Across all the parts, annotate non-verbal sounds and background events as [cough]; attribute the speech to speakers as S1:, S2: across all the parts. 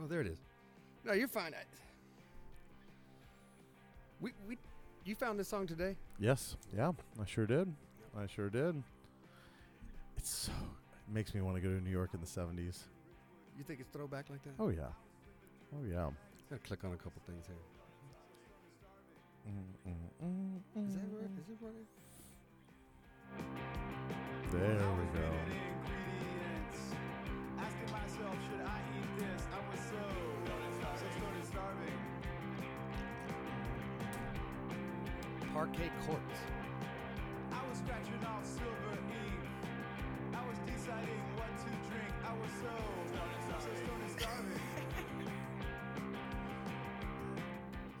S1: Oh, there it is. No, you're fine. I, we we you found this song today?
S2: Yes. Yeah. I sure did. I sure did. It's so. It makes me want to go to New York in the 70s.
S1: You think it's throwback like that?
S2: Oh, yeah. Oh, yeah.
S1: I'm gonna click on a couple things here.
S2: Mm, mm, mm,
S1: Is that
S2: mm,
S1: where? Is
S2: mm.
S1: it running?
S2: There we go.
S1: Parquet courts.
S3: I was scratching off silver ink. I was deciding what to drink. I was so so stoned and starving.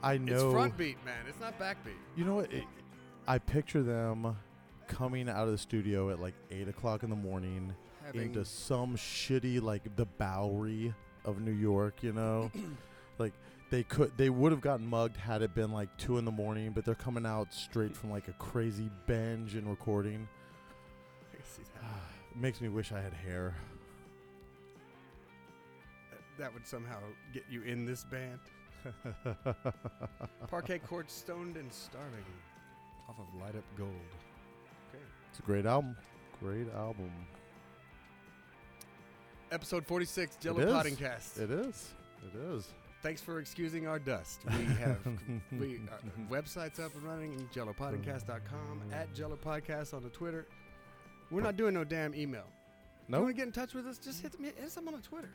S2: I know.
S1: It's front beat, man. It's not back beat.
S2: You know what? It, I picture them coming out of the studio at like eight o'clock in the morning
S1: Having-
S2: into some shitty like the Bowery of New York.
S1: [clears throat]
S2: You know, like they could they would have gotten mugged had it been like two in the morning, but they're coming out straight from like a crazy binge and recording.
S1: I can see that.
S2: It makes me wish I had hair.
S1: That would somehow get you in this
S2: [laughs]
S1: band. Parquet courts, stoned and starving, off of Light Up Gold. Okay.
S2: It's a great album. Great album.
S1: Episode 46,
S2: It
S1: Jello
S2: is.
S1: Pottingcast.
S2: It is. It [laughs] is.
S1: Thanks for excusing our dust. We
S2: [laughs]
S1: have we, our websites up and running, jellopodcast.com, at jellopodcast on the Twitter. We're not doing no damn email. You
S2: No.
S1: want to get in touch with us? Just hit, me, hit us up on the Twitter.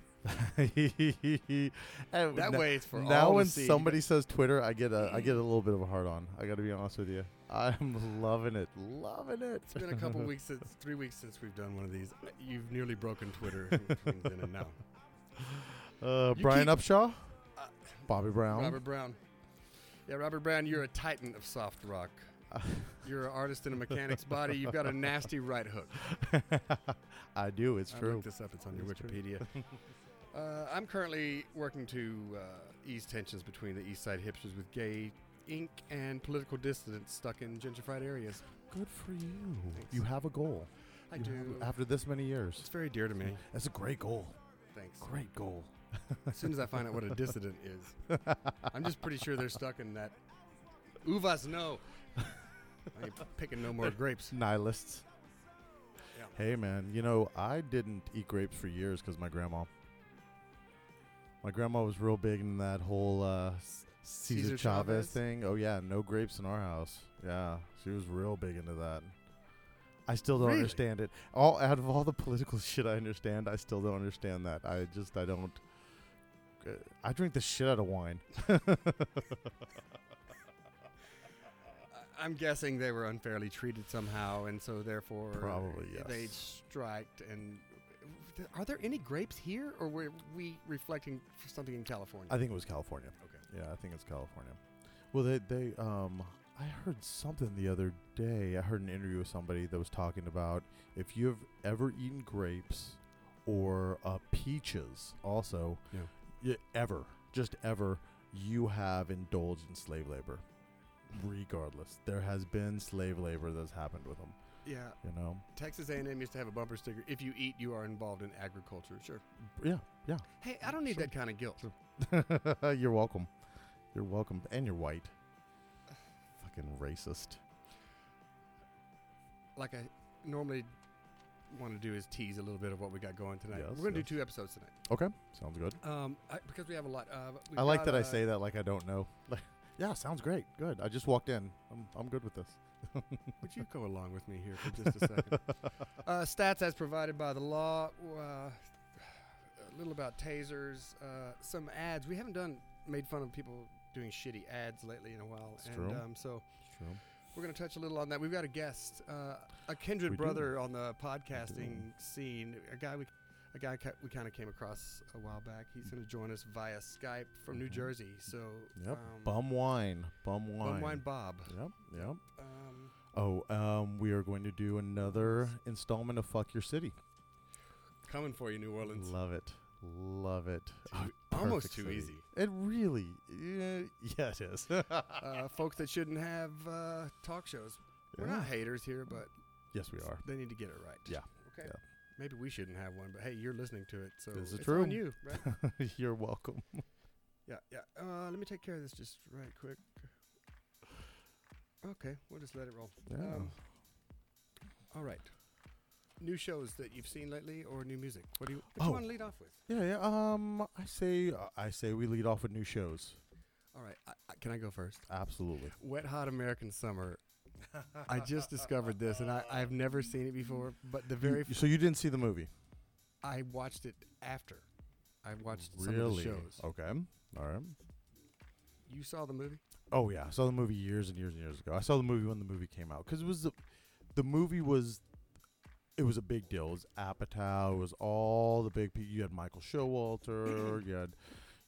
S2: that
S1: That way it's for
S2: now
S1: all to
S2: when
S1: see.
S2: somebody says Twitter, I get a I get a little bit of a hard on. I got to be honest with you. I'm [laughs] loving it, loving it.
S1: It's been a
S2: [laughs]
S1: couple weeks since three weeks since we've done one of these. You've nearly broken
S2: [laughs]
S1: Twitter between then and now.
S2: Uh,
S1: You
S2: Brian
S1: keep- Uh,
S2: Upshaw, Bobby Brown. [laughs]
S1: Robert Brown. Yeah, Robert Brown, you're a titan of soft
S2: [laughs]
S1: rock. You're an artist in a mechanic's body. You've got a nasty right hook.
S2: I do. It's
S1: I
S2: true.
S1: looked this up. It's on your
S2: It's true. [laughs]
S1: Wikipedia. uh, I'm currently working to uh, ease tensions between the East Side hipsters with gay ink and political dissidents stuck in gentrified areas.
S2: Good for you.
S1: Thanks.
S2: You have a goal.
S1: I
S2: You have-
S1: do.
S2: after this many
S1: it's
S2: years,
S1: very dear to me.
S2: that's a great goal.
S1: Thanks. [laughs]
S2: Great goal.
S1: As soon as I find out what a dissident is, I'm just pretty sure they're stuck in that. Uvas no. I ain't picking no [laughs] more grapes.
S2: Nihilists.
S1: Yeah.
S2: Hey man, you know I didn't eat grapes for years because my grandma. My grandma was real big in that whole uh, C- Cesar,
S1: Cesar
S2: Chavez,
S1: Chavez?
S2: thing. Oh yeah, no grapes in our house. Yeah, she was real big into that. I still don't
S1: Really?
S2: understand it. All out of all the political [laughs] shit I understand, I still don't understand that. I just I don't. uh, I drink the shit out of wine. [laughs]
S1: I- I'm guessing they were unfairly treated somehow, and so therefore
S2: Probably, yes.
S1: they striked. And are there any grapes here, or were we reflecting something in California?
S2: I think it was California.
S1: okay.
S2: Yeah, I think it's California. Well, they they um I heard something the other day. I heard an interview with somebody that was talking about if you've ever eaten grapes or uh, peaches also
S1: Yeah.
S2: y- ever, just ever you have indulged in slave labor. Regardless, there has been slave labor that's happened with them,
S1: Yeah,
S2: you know.
S1: Texas A&M used to have a bumper sticker: "If you eat, you are involved in agriculture." Sure.
S2: Yeah, [laughs] yeah.
S1: Hey, I don't need
S2: Sure.
S1: that kind of guilt.
S2: you're welcome. You're welcome. And you're white. Fucking racist.
S1: Like I normally want to do is tease a little bit of what we got going tonight.
S2: Yes,
S1: We're going to
S2: yes.
S1: do two episodes tonight
S2: Okay, sounds good.
S1: um, I, because we have a lot. Uh, we've
S2: I like
S1: got,
S2: that I
S1: uh,
S2: say that like I don't know. [laughs] Like, yeah, sounds great. Good. I just walked in. I'm, I'm good with this.
S1: Would you go along with me here for just a
S2: [laughs]
S1: second? uh, stats as provided by the law. Uh, a little about tasers. Uh, some ads. We haven't done made fun of people doing shitty ads lately in a while.
S2: It's
S1: and
S2: true.
S1: Um, so
S2: true.
S1: we're going to touch a little on that. We've got a guest, uh, a kindred
S2: We do.
S1: brother on the podcasting scene, a guy we. A guy ca- we kind of came across a while back. He's going to join us via Skype from New
S2: Mhm.
S1: Jersey. So,
S2: Yep.
S1: um,
S2: bum wine. Bum wine.
S1: Bumwine Bob.
S2: Yep. Yep.
S1: Um,
S2: Oh, um, we are going to do another installment of Fuck Your City.
S1: coming for you, New Orleans.
S2: Love it. Love it. Oh,
S1: Uh, almost
S2: perfect
S1: too
S2: city.
S1: easy.
S2: It really. Yeah, [laughs] yeah it is.
S1: uh, folks that shouldn't have uh, talk shows. We're
S2: [laughs] Yeah.
S1: not haters here, but
S2: Yes, we are.
S1: [laughs]
S2: [laughs]
S1: they need to get it right.
S2: Yeah.
S1: Okay.
S2: Yeah.
S1: Maybe we shouldn't have one, but hey, you're listening to it, so
S2: This is
S1: it's
S2: true.
S1: on
S2: [laughs]
S1: you, right?
S2: You're welcome.
S1: yeah, yeah. Uh, let me take care of this just right quick. Okay, we'll just let it roll.
S2: Yeah.
S1: Um, all right. New shows that you've seen lately, or new music? What do you, what do
S2: Oh.
S1: you want to lead off with?
S2: yeah, yeah. Um, I say, I say, we lead off with new shows.
S1: All right, I, I, can I go first?
S2: Absolutely.
S1: Wet Hot American Summer. I just discovered this, and I, I've never seen it before. But the very
S2: so you didn't see the movie?
S1: I watched it after. I watched
S2: really? Oh.
S1: some of the shows.
S2: Okay. All right.
S1: You saw the movie?
S2: Oh yeah, I saw the movie years and years and years ago. I saw the movie when the movie came out because it was the, the movie was, it was a big deal. It was Apatow. It was all the big people. You had
S1: [clears throat]
S2: Michael Showalter. you had,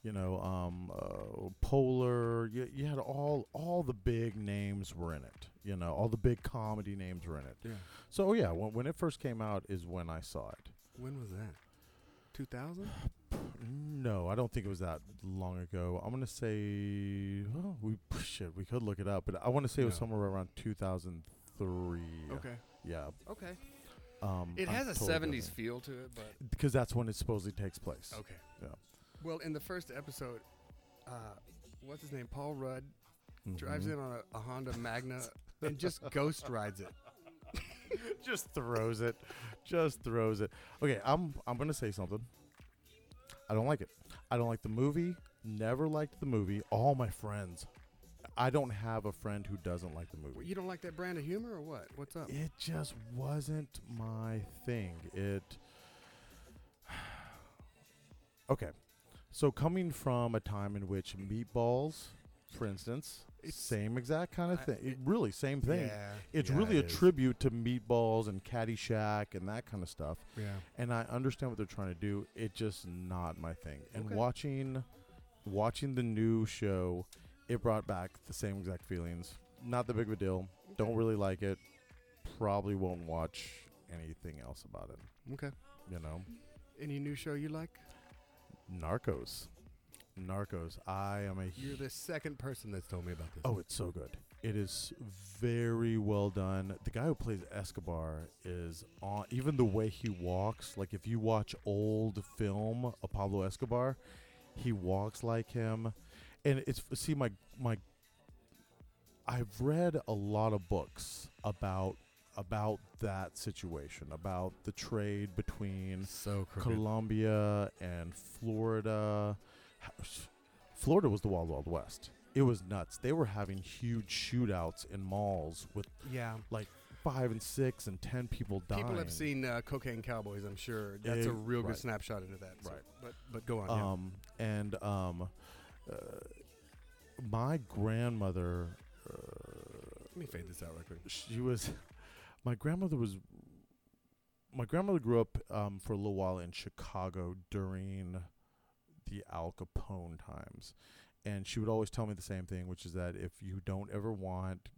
S2: you know, um, uh, Polar. You, you had all all the big names were in it. You know, all the big comedy names were in it.
S1: Yeah.
S2: So oh, yeah, when, when it first came out is when I saw it.
S1: When was that? 2000?
S2: No, I don't think it was that long ago. I'm gonna say oh, we [laughs] shit. We could look it up, but I want to say it was
S1: No.
S2: somewhere around 2003.
S1: Okay.
S2: Yeah.
S1: Okay.
S2: Um,
S1: It
S2: I'm
S1: has a
S2: totally
S1: 70s feel Oh, to it, but
S2: because that's when it supposedly takes place.
S1: okay.
S2: Yeah.
S1: Well, in the first episode, uh, what's his name? Paul Rudd drives
S2: Mhm.
S1: in on a, a Honda Magna and just ghost rides it.
S2: [laughs] just throws it, just throws it. Okay, I'm I'm gonna say something. I don't like it. I don't like the movie. Never liked the movie. All my friends. I don't have a friend who doesn't like the movie.
S1: Well, you don't like that brand of humor, or what? What's up?
S2: it just wasn't my thing. It [sighs] okay. So coming from a time in which meatballs, for instance,
S1: It's-
S2: same exact kind of
S1: I-
S2: thing.
S1: it-
S2: really, same thing.
S1: Yeah.
S2: It's
S1: yeah,
S2: really
S1: it
S2: a
S1: is.
S2: tribute to meatballs and Caddyshack and that kind of stuff.
S1: Yeah.
S2: And I understand what they're trying to do. It's just not my thing. And
S1: Okay.
S2: watching, watching the new show, it brought back the same exact feelings. Not that big of a deal. Don't really like it. Probably won't watch anything else about it.
S1: Okay.
S2: You know,
S1: Any new show you like?
S2: Narcos. Narcos. I am a.
S1: You're the second person that's told me about this.
S2: Oh, it's so good. It is very well done. The guy who plays Escobar is on. Even the way he walks, like if you watch old film of Pablo Escobar, he walks like him, and it's see my my. I've read a lot of books about about that situation, about the trade between
S1: so crooked.
S2: Colombia and Florida. H- Florida was the wild, wild west. It was nuts. They were having huge shootouts in malls with
S1: Yeah.
S2: five and six and ten people dying.
S1: People have seen uh, Cocaine Cowboys, I'm sure. That's
S2: Eh,
S1: a real
S2: right.
S1: good snapshot into that. so-
S2: Right.
S1: But but go on. yeah.
S2: Um, and um, uh, my grandmother, uh,
S1: Let me fade this out real quick.
S2: she was, my grandmother was. My grandmother grew up um, for a little while in Chicago during the Al Capone times. And she would always tell me the same thing, which is that if you don't ever want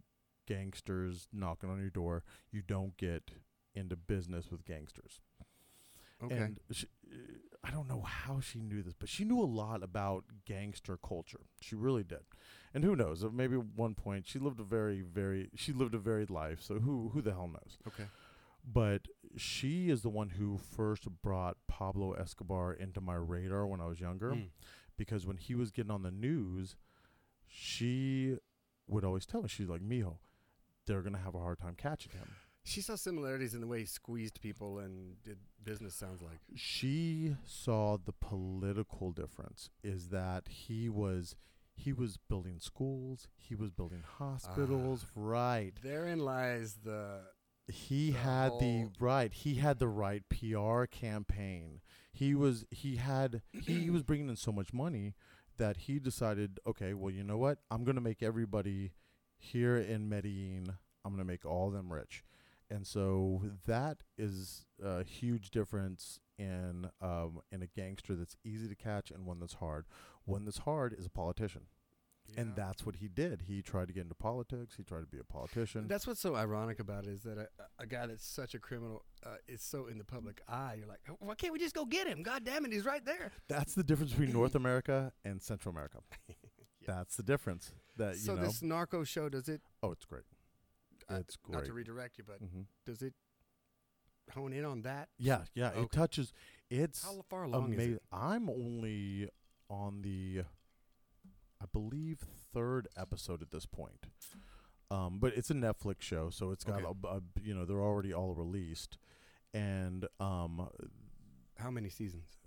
S2: gangsters knocking on your door, you don't get into business with gangsters.
S1: Okay.
S2: And she, uh, I don't know how she knew this, but she knew a lot about gangster culture. She really did. And who knows? uh, Maybe at one point she lived a very, very she lived a varied life. So who who the hell knows?
S1: okay.
S2: but she is the one who first brought Pablo Escobar into my radar when I was younger
S1: Mm.
S2: because when he was getting on the news, she would always tell me, she's like, Mijo, they're going to have a hard time catching him.
S1: She saw similarities in the way he squeezed people and did business, sounds like.
S2: She saw the political difference is that he was he was building schools, he was building hospitals, right.
S1: Therein lies the.
S2: he
S1: the
S2: had the
S1: whole-
S2: right he had the right pr campaign he was he had he, he was bringing in so much money that he decided okay well you know what i'm going to make everybody here in medellin i'm going to make all of them rich and so that is a huge difference in um, in a gangster that's easy to catch and one that's hard one that's hard is a politician and
S1: Yeah.
S2: that's what he did he tried to get into politics he tried to be a politician
S1: That's what's so ironic about it is that a, a guy that's such a criminal uh, is so in the public eye. You're like, why can't we just go get him? God damn it, he's right there.
S2: That's the difference between
S1: [clears throat]
S2: North America and Central
S1: [laughs]
S2: America. That's the difference. That Uh, you
S1: so
S2: know.
S1: this narco show does it?
S2: oh, it's great.
S1: uh,
S2: It's
S1: Not
S2: great.
S1: to redirect you, but
S2: hmm
S1: does it hone in on that?
S2: Yeah, yeah. It
S1: Okay.
S2: touches. It's
S1: How far along is
S2: amazing.
S1: it?
S2: I'm only on the, I believe, third episode at this point. Um, but it's a Netflix show, so it's got
S1: Okay.
S2: a b- a b- you know they're already all released, and um,
S1: How many seasons?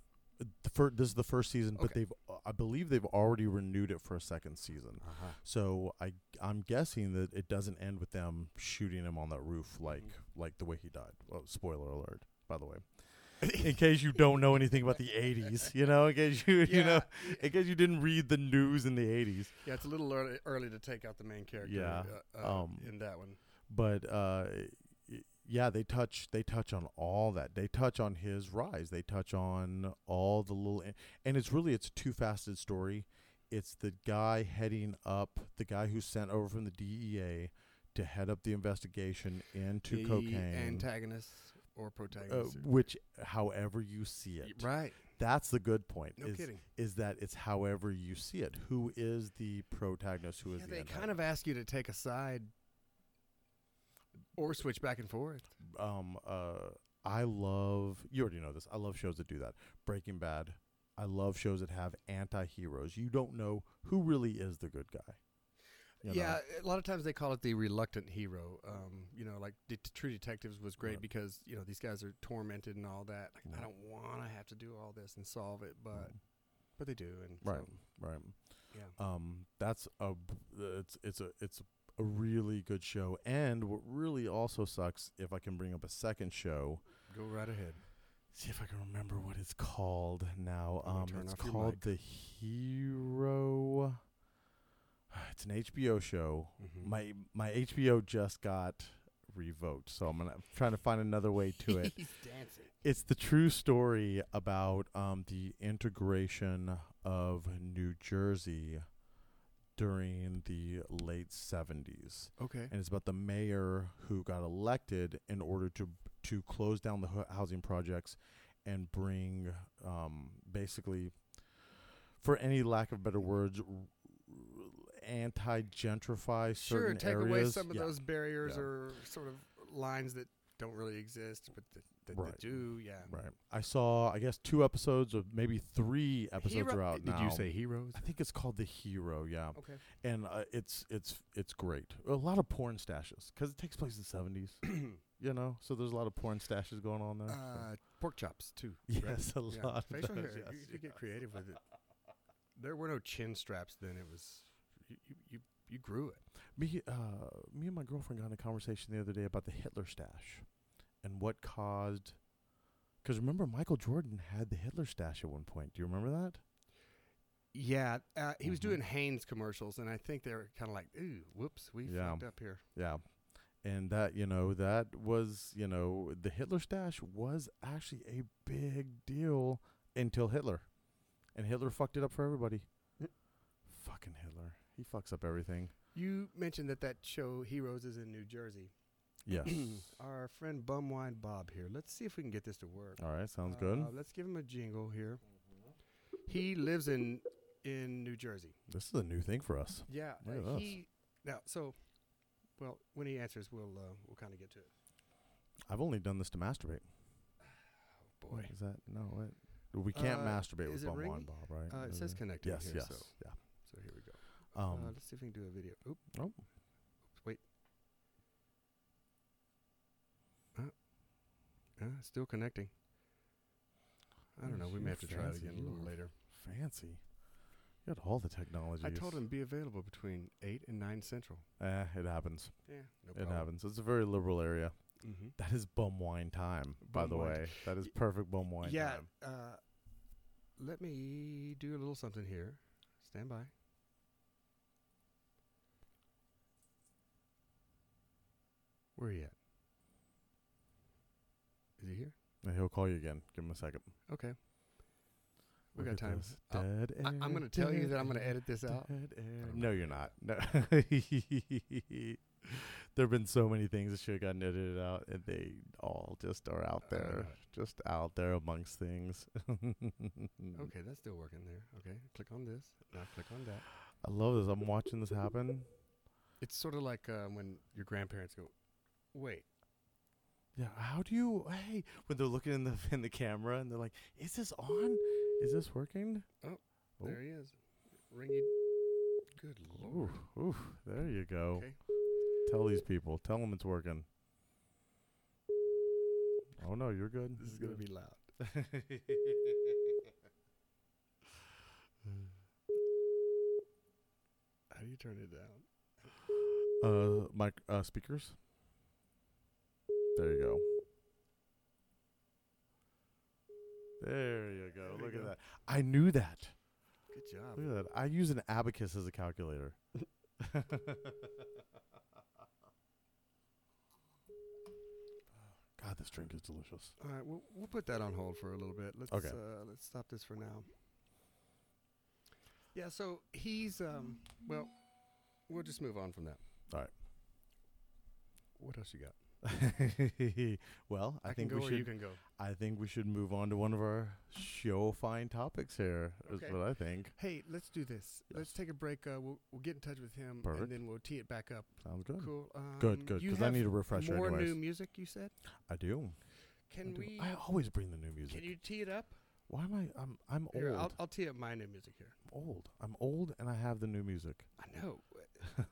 S2: the fir- this is the first season, but
S1: Okay.
S2: they've I believe they've already renewed it for a second season.
S1: Uh-huh.
S2: So I I'm guessing that it doesn't end with them shooting him on that roof like like the way he died. Well, spoiler alert, by the way. in case you don't know anything about the 80s, you know, in case you you know,
S1: Yeah.
S2: in case you didn't read the news in the 80s.
S1: Yeah, it's a little early, early to take out the main character.
S2: Yeah,
S1: uh, uh,
S2: um,
S1: in that one.
S2: But uh y- yeah, they touch they touch on all that. They touch on his rise. They touch on all the little and it's really it's a two-faceted story. It's the guy heading up, the guy who's sent over from the DEA to head up the investigation into
S1: the
S2: cocaine.
S1: antagonist or
S2: uh,
S1: protagonist.
S2: which however you see it.
S1: right.
S2: That's the good point.
S1: No
S2: is,
S1: kidding.
S2: is that it's however you see it. Who is the protagonist? Who is
S1: Yeah,
S2: the
S1: they kind of ask you to take a side or switch back and forth.
S2: antagonist? um uh I love you already know this. I love shows that do that. Breaking Bad. I love shows that have anti-heroes. You don't know who really is the good guy. you know?
S1: yeah, a lot of times they call it the reluctant hero. Um, you know, like det- True Detectives was great
S2: Right.
S1: because you know these guys are tormented and all that. Like,
S2: Right.
S1: I don't want to have to do all this and solve it, but but they do, and
S2: Right.
S1: so,
S2: Mm, Right.
S1: yeah.
S2: um, that's a it's it's a it's a really good show. And what really also sucks, if I can bring up a second show,
S1: Go right ahead.
S2: see if I can remember what it's called now.
S1: I'm gonna
S2: Um,
S1: turn
S2: it's
S1: off your
S2: called
S1: mic.
S2: The Hero. [sighs] It's an HBO show.
S1: Mhm.
S2: My my HBO just got revoked, so I'm gonna I'm trying to find another way to it.
S1: [laughs] He's dancing.
S2: It's the true story about um, the integration of New Jersey during the late 70s.
S1: Okay.
S2: And it's about the mayor who got elected in order to, to close down the hu- housing projects and bring um, basically, for any lack of better words, anti gentrify
S1: Sure,
S2: certain
S1: take
S2: areas.
S1: away some of
S2: Yeah.
S1: those barriers
S2: Yeah.
S1: or sort of lines that don't really exist, but that, that,
S2: Right.
S1: that do. Yeah.
S2: Right. I saw, I guess, two episodes or maybe three episodes
S1: Hero-
S2: are out
S1: Did
S2: now.
S1: you say heroes?
S2: I think it's called The Hero, yeah, [laughs]
S1: Okay.
S2: and uh, it's it's it's great. A lot of porn stashes because it takes place in
S1: [clears throat]
S2: the seventies, you know. So there's a lot of porn stashes going on there. so-
S1: Uh, pork chops
S2: [laughs]
S1: too. right?
S2: yes, a
S1: Yeah.
S2: lot.
S1: Facial
S2: of those,
S1: hair.
S2: yes,
S1: you could
S2: yes.
S1: get creative with it. There were no chin straps then. It was you. You, you, you grew it.
S2: Me, uh, me and my girlfriend got in a conversation the other day about the Hitler stash, and what caused. Because remember, Michael Jordan had the Hitler stash at one point. Do you remember that?
S1: Yeah, uh, he was
S2: Mhm.
S1: doing Hanes commercials, and I think they were kind of like, "Ooh, whoops, we
S2: Yeah.
S1: fucked up here."
S2: Yeah. And that, you know, that was, you know, the Hitler stash was actually a big deal until Hitler. And Hitler fucked it up for everybody.
S1: Yep.
S2: Fucking Hitler. He fucks up everything.
S1: You mentioned that that show Heroes is in New Jersey.
S2: Yes. [coughs]
S1: Our friend Bumwine Bob here. Let's see if we can get this to work.
S2: All right. Sounds good.
S1: Uh, let's give him a jingle here. He lives in in New Jersey.
S2: This is a new thing for us.
S1: Yeah,
S2: Look at
S1: uh,
S2: us.
S1: he now so. Well, when he answers, we'll uh, we'll kind of get to it.
S2: I've only done this to masturbate.
S1: Oh boy,
S2: Is that, no, what? We can't
S1: Uh,
S2: masturbate
S1: is
S2: with
S1: it
S2: Bum Wine
S1: ringing?
S2: Bob, right?
S1: uh, it
S2: Is
S1: says connected
S2: Yes,
S1: here.
S2: yes.
S1: So,
S2: Yeah.
S1: so here we go.
S2: Um,
S1: uh, let's see if we can do a video. Oop.
S2: Oh.
S1: Oops, wait. Uh, uh, still connecting. I don't know. We
S2: You're
S1: may have to try it
S2: fancy.
S1: again a little
S2: You're
S1: later.
S2: Fancy. You got all the technology.
S1: Uh, I told him be available between eight and nine central.
S2: Eh, it happens.
S1: Yeah, no
S2: It
S1: problem.
S2: happens. It's a very liberal area.
S1: Mm-hmm.
S2: That is bum wine time, by
S1: Bum
S2: the
S1: wine.
S2: way. That is perfect bum wine
S1: yeah.
S2: time.
S1: Uh, let me do a little something here. Stand by. Where are you at? Is he here?
S2: And he'll call you again. Give him a second.
S1: Okay. We
S2: Look
S1: got
S2: at
S1: time.
S2: this.
S1: Uh,
S2: Dead
S1: I, I'm
S2: air,
S1: going to tell you
S2: dead
S1: that I'm going to
S2: air,
S1: edit this out.
S2: dead air.
S1: don't
S2: No,
S1: know.
S2: you're not. No. [laughs] there have been so many things that should have gotten edited out, and they all just are out
S1: I
S2: there.
S1: know it.
S2: Just out there amongst things.
S1: Okay, that's still working there. Okay, click on this. Now click on that.
S2: [laughs] I love this. I'm watching this happen.
S1: It's sort of like uh, when your grandparents go, "Wait,
S2: Yeah. How do you? Hey, when they're looking in the [laughs] in the camera and they're like, "Is this on? Is this working?" Oh.
S1: There he is. Ringy. Good
S2: Ooh,
S1: lord.
S2: ooh. There you go.
S1: Okay.
S2: Tell these people. Tell them it's working. Oh no, you're good.
S1: This is gonna be
S2: [laughs]
S1: loud. How do you turn it down?
S2: uh mic uh speakers. There you go. There you go.
S1: There we
S2: Look
S1: go.
S2: at that. I knew that.
S1: Good job.
S2: Look at that. I use an abacus as
S1: [laughs]
S2: a calculator. God, this drink
S1: [laughs]
S2: is delicious.
S1: All right, we'll, we'll put that on hold for a little bit. Let's
S2: Okay.
S1: uh, let's stop this for now. Yeah, so he's um well, we'll just move on from that.
S2: All right.
S1: What else you got?
S2: well, I,
S1: I,
S2: think
S1: can
S2: we
S1: go or you
S2: should.
S1: can go.
S2: I think we should move on to one of our show fine topics here. Is
S1: Okay.
S2: what I think.
S1: Hey, let's do this. Let's
S2: Yes.
S1: take a break. Uh, we'll we'll get in touch with him and
S2: Perfect.
S1: then we'll tee it back up.
S2: Sounds good.
S1: Cool. Um,
S2: Good, good.
S1: you
S2: Because I
S1: have
S2: need a refresher.
S1: more
S2: anyways,
S1: new music. You said.
S2: I do. I
S1: Can
S2: do.
S1: we?
S2: I always bring the new music.
S1: Can you tee it up?
S2: Why am I? I'm I'm old.
S1: Here, I'll, I'll tee up my new music here.
S2: old. I'm old, and I have the new music.
S1: I know.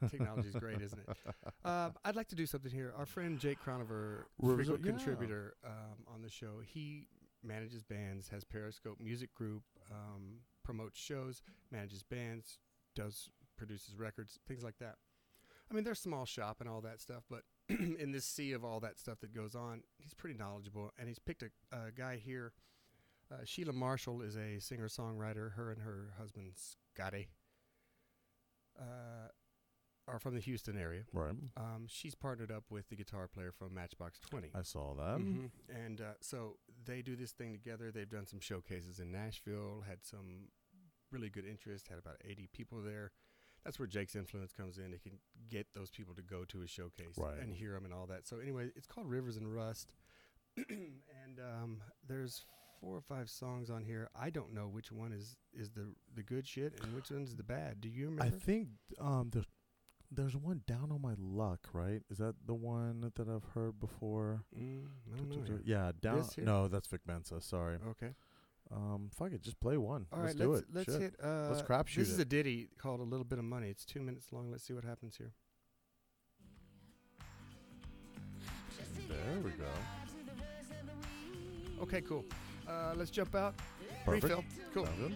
S1: Technology's great, isn't it? Um, I'd like to do something here. Our friend Jake Cronover,
S2: Rivers-
S1: frequent
S2: yeah.
S1: contributor um, on the show, he manages bands, has Periscope Music Group, um, promotes shows, manages bands, does produces records, things like that. I mean, they're a small shop and all that stuff, but [clears throat] in this sea of all that stuff that goes on, he's pretty knowledgeable, and he's picked a, a guy here. Uh, Sheila Marshall is a singer songwriter. Her and her husband Scotty uh, are from the Houston area.
S2: Right.
S1: Um, she's partnered up with the guitar player from Matchbox 20.
S2: I saw that.
S1: Mhm. And uh, so they do this thing together. They've done some showcases in Nashville, had some really good interest, had about 80 people there. That's where Jake's influence comes in. He can get those people to go to a showcase
S2: Right.
S1: and hear him and all that. So, anyway, it's called Rivers and Rust. [clears throat] and um, there's four or five songs on here. I don't know which one is, is the, the good shit and which one's the bad. Do you remember?
S2: I think um there's there's one down on my luck. Right? Is that the one that I've heard before?
S1: mm, I don't know. here.
S2: Yeah, down.
S1: This here?
S2: No, that's Vic Mensa. Sorry.
S1: Okay.
S2: Um, fuck it, just play one.
S1: All
S2: let's
S1: right,
S2: do
S1: let's,
S2: it.
S1: let's
S2: Shit.
S1: hit. Uh,
S2: Let's crapshoot
S1: This is
S2: it.
S1: a ditty called "A Little Bit of Money." It's two minutes long. Let's see what happens here.
S2: There we go.
S1: Okay, cool. Uh, let's jump out.
S2: Perfect.
S1: Refill. Cool.
S2: Sound good?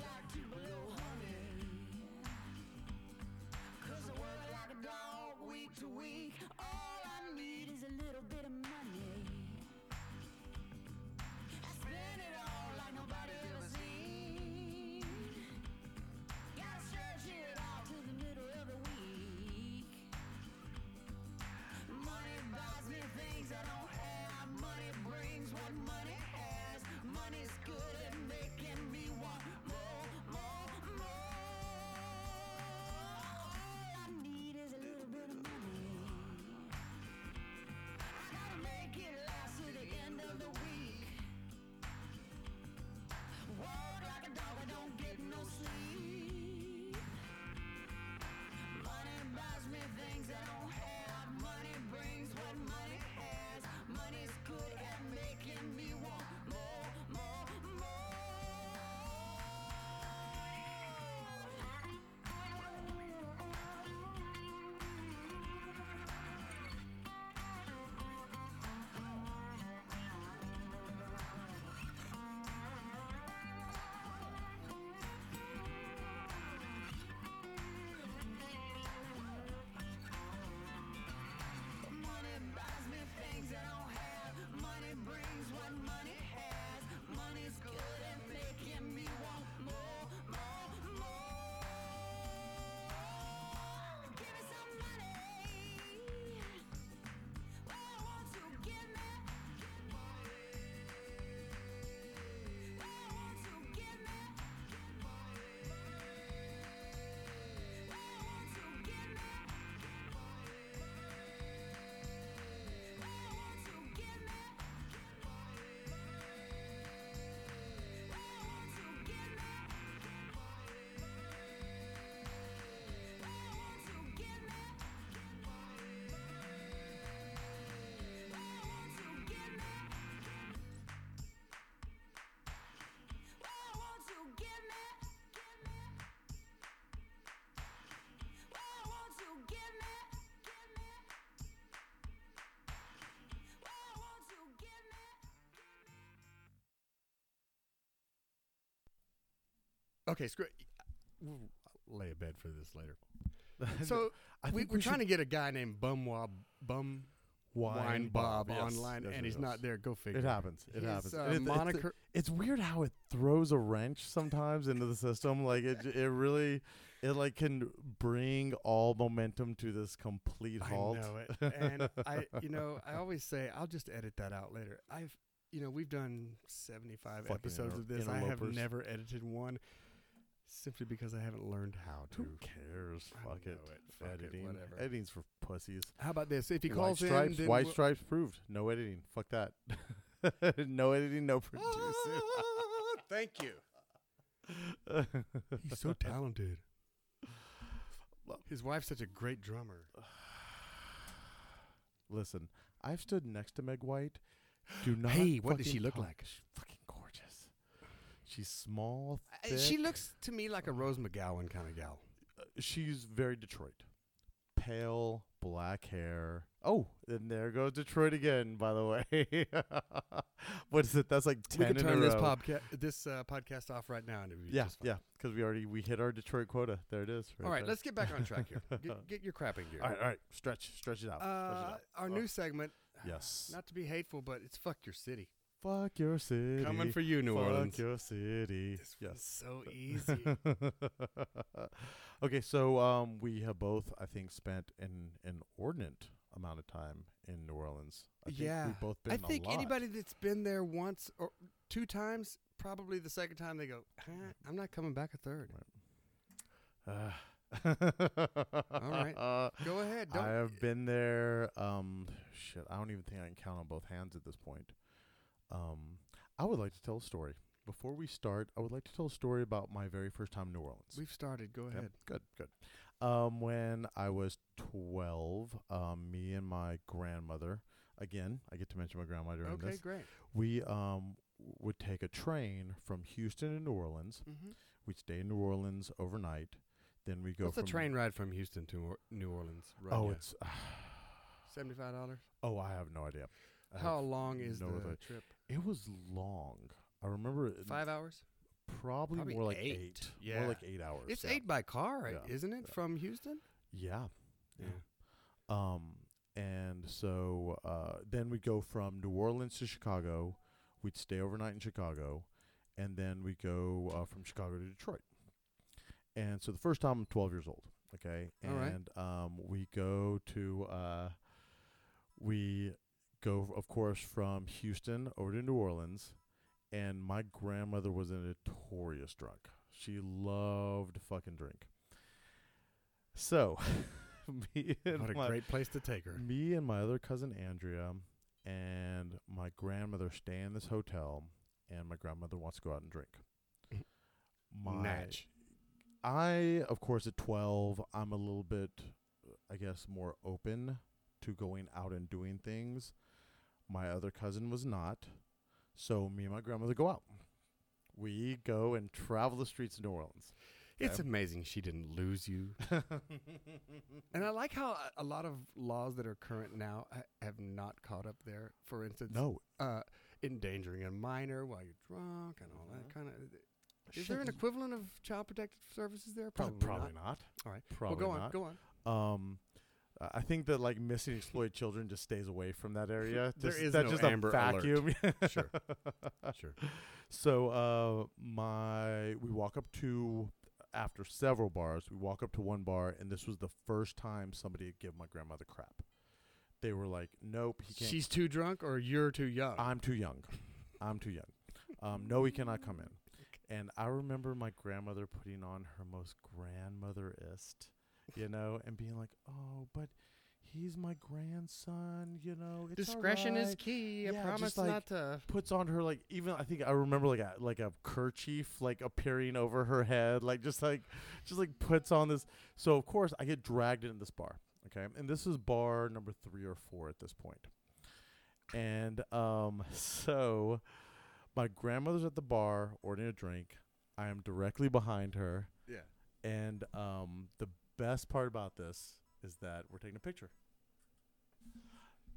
S4: Money has, money's good at making me want more, more.
S1: Okay, screw. it. We'll lay a bed for this later.
S2: Th-
S1: So
S2: I
S1: we,
S2: think
S1: we're trying to
S2: should
S1: get a guy named Bumwa Bum [laughs] Wine Bob,
S2: Yes,
S1: online,
S2: yes,
S1: and
S2: yes,
S1: he's not
S2: yes.
S1: there. Go figure.
S2: It happens. It
S1: His,
S2: happens.
S1: uh,
S2: It- it's-
S1: moniker.
S2: it's weird how it throws a wrench sometimes into the system like it j- it really it like can bring all momentum to this complete
S1: I
S2: halt
S1: know
S2: [laughs]
S1: it, and I, you know, I always say I'll just edit that out later. I've, you know, we've done seventy-five
S2: Fucking
S1: episodes
S2: inter-
S1: of this. I have
S2: interlopers.
S1: never edited one, simply because I haven't learned how to.
S2: who cares
S1: I
S2: fuck it
S1: know it. Fuck it,
S2: editing
S1: whatever.
S2: editing's for pussies
S1: How about this? If he
S2: white
S1: calls
S2: stripes
S1: in, then
S2: white
S1: we'll-
S2: stripes proved no editing fuck that [laughs] no editing no
S1: [sighs]
S2: producing
S1: [laughs] Thank you. He's so talented. His wife's such a great drummer.
S2: listen i've stood next to meg white do not
S1: Hey, what does
S2: fucking
S1: she look
S2: talk-
S1: like?
S2: she's fucking gorgeous she's small
S1: Uh, She
S2: thick.
S1: looks to me like a Rose McGowan kind of gal.
S2: uh, she's very Detroit. Pale black hair. Oh, and there goes Detroit again. By the way, [laughs] what is it? That's like ten
S1: we can
S2: in
S1: turn
S2: a
S1: this
S2: row.
S1: podca- this uh, podcast off right now, and it'll be
S2: yeah,
S1: just fine.
S2: yeah, because we already we hit our Detroit quota. There it is.
S1: All right,
S2: there.
S1: let's get back on track here.
S2: [laughs]
S1: Get, get your crap in gear.
S2: all right, all right. Stretch, stretch it out. stretch it
S1: Uh,
S2: out.
S1: our
S2: Oh.
S1: new segment.
S2: Yes.
S1: Not to be hateful, but it's fuck your city.
S2: Fuck your city.
S1: Coming for you, New
S2: Fuck
S1: Orleans.
S2: your city.
S1: This
S2: yes.
S1: was
S2: [laughs]
S1: so easy.
S2: okay, so um, we have both, I think, spent an inordinate amount of time in New Orleans. I
S1: Yeah.
S2: think we've both been.
S1: I
S2: a
S1: think
S2: lot. [sighs]
S1: anybody that's been there once or two times, probably the second time, they go, "Huh, "I'm not coming back a third.
S2: Ah.
S1: right. Go ahead. Don't.
S2: I have been there. Um, shit, I don't even think I can count on both hands at this point. Um, I would like to tell a story before we start. I would like to tell a story about my very first time in New Orleans.
S1: We've started. Go
S2: Yep,
S1: ahead.
S2: Good, good. Um, when I was 12, um, me and my grandmother, again, I get to mention my grandma during
S1: Okay,
S2: this,
S1: great.
S2: we um, w- would take a train from Houston to New Orleans.
S1: Mm-hmm.
S2: We'd stay in New Orleans overnight. Then we go
S1: What's
S2: from
S1: a train ride from Houston to Or- New Orleans? Right
S2: Oh,
S1: now?
S2: it's [sighs]
S1: seventy-five dollars.
S2: oh, I have no idea. I
S1: How
S2: have-
S1: long is
S2: no uh,
S1: the
S2: idea.
S1: trip?
S2: it was long. I remember it
S1: Five hours.
S2: probably,
S1: probably
S2: more like
S1: eight. Yeah.
S2: more like eight hours.
S1: It's
S2: yeah.
S1: eight by car, right?
S2: Yeah.
S1: isn't it?
S2: Yeah.
S1: From Houston.
S2: Yeah, Yeah. Um, and so uh, then we'd go from New Orleans to Chicago. We'd stay overnight in Chicago, and then we'd go uh, from Chicago to Detroit. And so the first time I'm 12 years old. Okay,
S1: All right.
S2: and um, we go to uh, we go of course from Houston over to New Orleans, and my grandmother was a notorious drunk. She loved to fucking drink. So, [laughs] me and
S1: What a
S2: my
S1: great place to take her.
S2: me and my other cousin Andrea and my grandmother stay in this hotel, and my grandmother wants to go out
S1: [laughs]
S2: and drink. My,
S1: Natch.
S2: I, of course, at 12, I'm a little bit, I guess, more open to going out and doing things. My other cousin was not. So me and my grandmother go out. We go and travel the streets of New Orleans.
S1: It's amazing she didn't lose you.
S2: [laughs]
S1: And I like how a- a lot of laws that are current now ha- have not caught up there. For instance,
S2: no.
S1: uh, endangering a minor while you're drunk and all that kind of. Is
S2: Uh-huh. shit,
S1: there an
S2: this-
S1: equivalent of child protective services there?
S2: prob-
S1: Probably,
S2: probably
S1: not.
S2: not.
S1: All right.
S2: Probably
S1: well, go
S2: not.
S1: on. Go on.
S2: Um, I I think that like missing exploited children just stays away
S1: [laughs]
S2: from that area.
S1: There
S2: Just-
S1: is
S2: that's
S1: no
S2: just
S1: Amber
S2: a
S1: Alert.
S2: vacuum. [laughs]
S1: Sure. Sure.
S2: So uh, my we walk up to after several bars, we walk up to one bar, and this was the first time somebody had given my grandmother crap. They were like, "Nope, he can't.
S1: She's too drunk or you're too young.
S2: I'm too young. I'm too young. Um, no, he cannot come in." And I remember my grandmother putting on her most grandmotherist, you know, and being like, "Oh, but he's my grandson, you know." It's all
S1: Discretion
S2: right."
S1: is key. I
S2: Yeah,
S1: promise
S2: just like-
S1: not to.
S2: puts on her like even I think I remember like a like a kerchief like appearing over her head like just like just like puts on this so of course I get dragged into this bar okay and this is bar number 3 or 4 at this point and um [laughs] so my grandmother's at the bar ordering a drink I am directly behind her
S1: Yeah.
S2: and um, the best part about this is that we're taking a picture.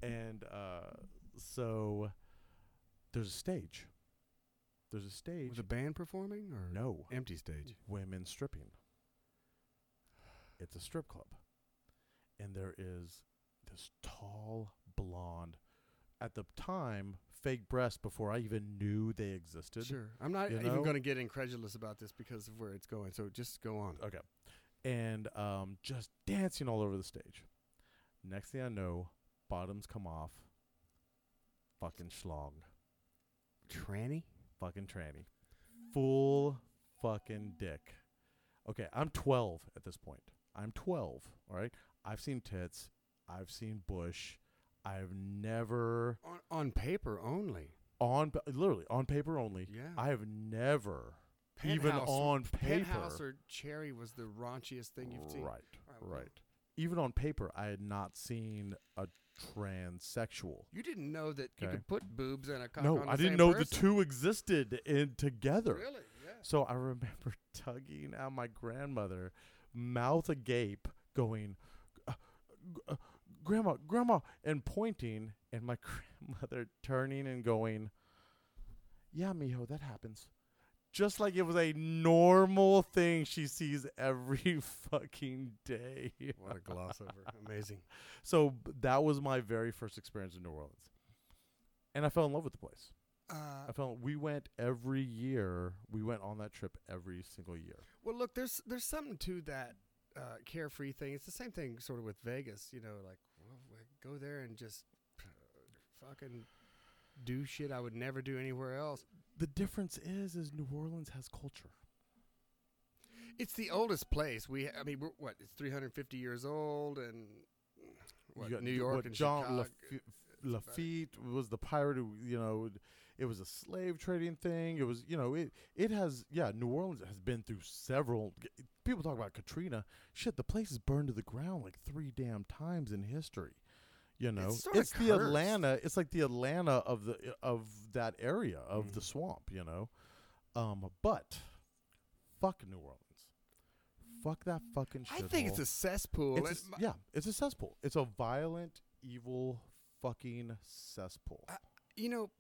S2: And uh, so there's a stage. There's a stage.
S1: Was a band performing or
S2: no,
S1: empty stage?
S2: women stripping. It's a strip club, and there is this tall blonde. At the time, fake breasts before I even knew they existed.
S1: Sure. I'm not
S2: you
S1: even
S2: know?
S1: going to get incredulous about this because of where it's going. So just go on.
S2: Okay. And um, just dancing all over the stage. Next thing I know, bottoms come off. Fucking schlong.
S1: Tranny?
S2: Fucking tranny. Full fucking dick. Okay, I'm 12 at this point. I'm 12, all right? I've seen tits. I've seen bush. I've never,
S1: On, on paper only.
S2: on pa- literally, on paper only,
S1: Yeah.
S2: I have never, even
S1: Penthouse-
S2: on paper.
S1: Penthouse or Cherry was the raunchiest thing you've seen.
S2: Right,
S1: Alright, well,
S2: right. Even on paper, I had not seen a transsexual.
S1: You didn't know that you
S2: Okay.
S1: could put boobs and a cock
S2: No,
S1: on the
S2: I didn't
S1: same
S2: know the
S1: person.
S2: two existed in together.
S1: Really? Yeah.
S2: So I remember [laughs] tugging out my grandmother, mouth agape, going, "Uh, g- uh, "Grandma, grandma," and pointing, and my [laughs] grandmother turning and going, "Yeah, mijo, that happens." Just like it was a normal thing she sees every [laughs] fucking day.
S1: What a gloss [laughs] over. Amazing.
S2: So b- that was my very first experience in New Orleans. And I fell in love with the place.
S1: Uh,
S2: I fell we went every year. We went on that trip every single year.
S1: well, look, there's there's something to that uh, carefree thing. It's the same thing sort of with Vegas, you know, like well, we go there and just uh, fucking do shit I would never do anywhere else.
S2: The difference is is New Orleans has culture.
S1: It's the oldest place. We, I mean, we're, what? It's 350 years old, and what,
S2: You got
S1: New
S2: d-
S1: York
S2: what
S1: and
S2: John
S1: Chicago.
S2: Lafi- Lafitte was the pirate who, you know, it was a slave trading thing. It was, you know, it it has yeah, New Orleans has been through several people talk about Katrina. Shit, the place is burned to the ground like three damn times in history. You know, it's,
S1: sorta
S2: the
S1: cursed.
S2: Atlanta. It's like the Atlanta of the of that area of the
S1: Mhm.
S2: swamp. You know, um, but fuck New Orleans, fuck that fucking.
S1: I think it's
S2: shithole.
S1: a cesspool.
S2: It's a
S1: That's
S2: s-
S1: my-
S2: yeah, it's a cesspool. It's a violent, evil, fucking cesspool.
S1: I- you know,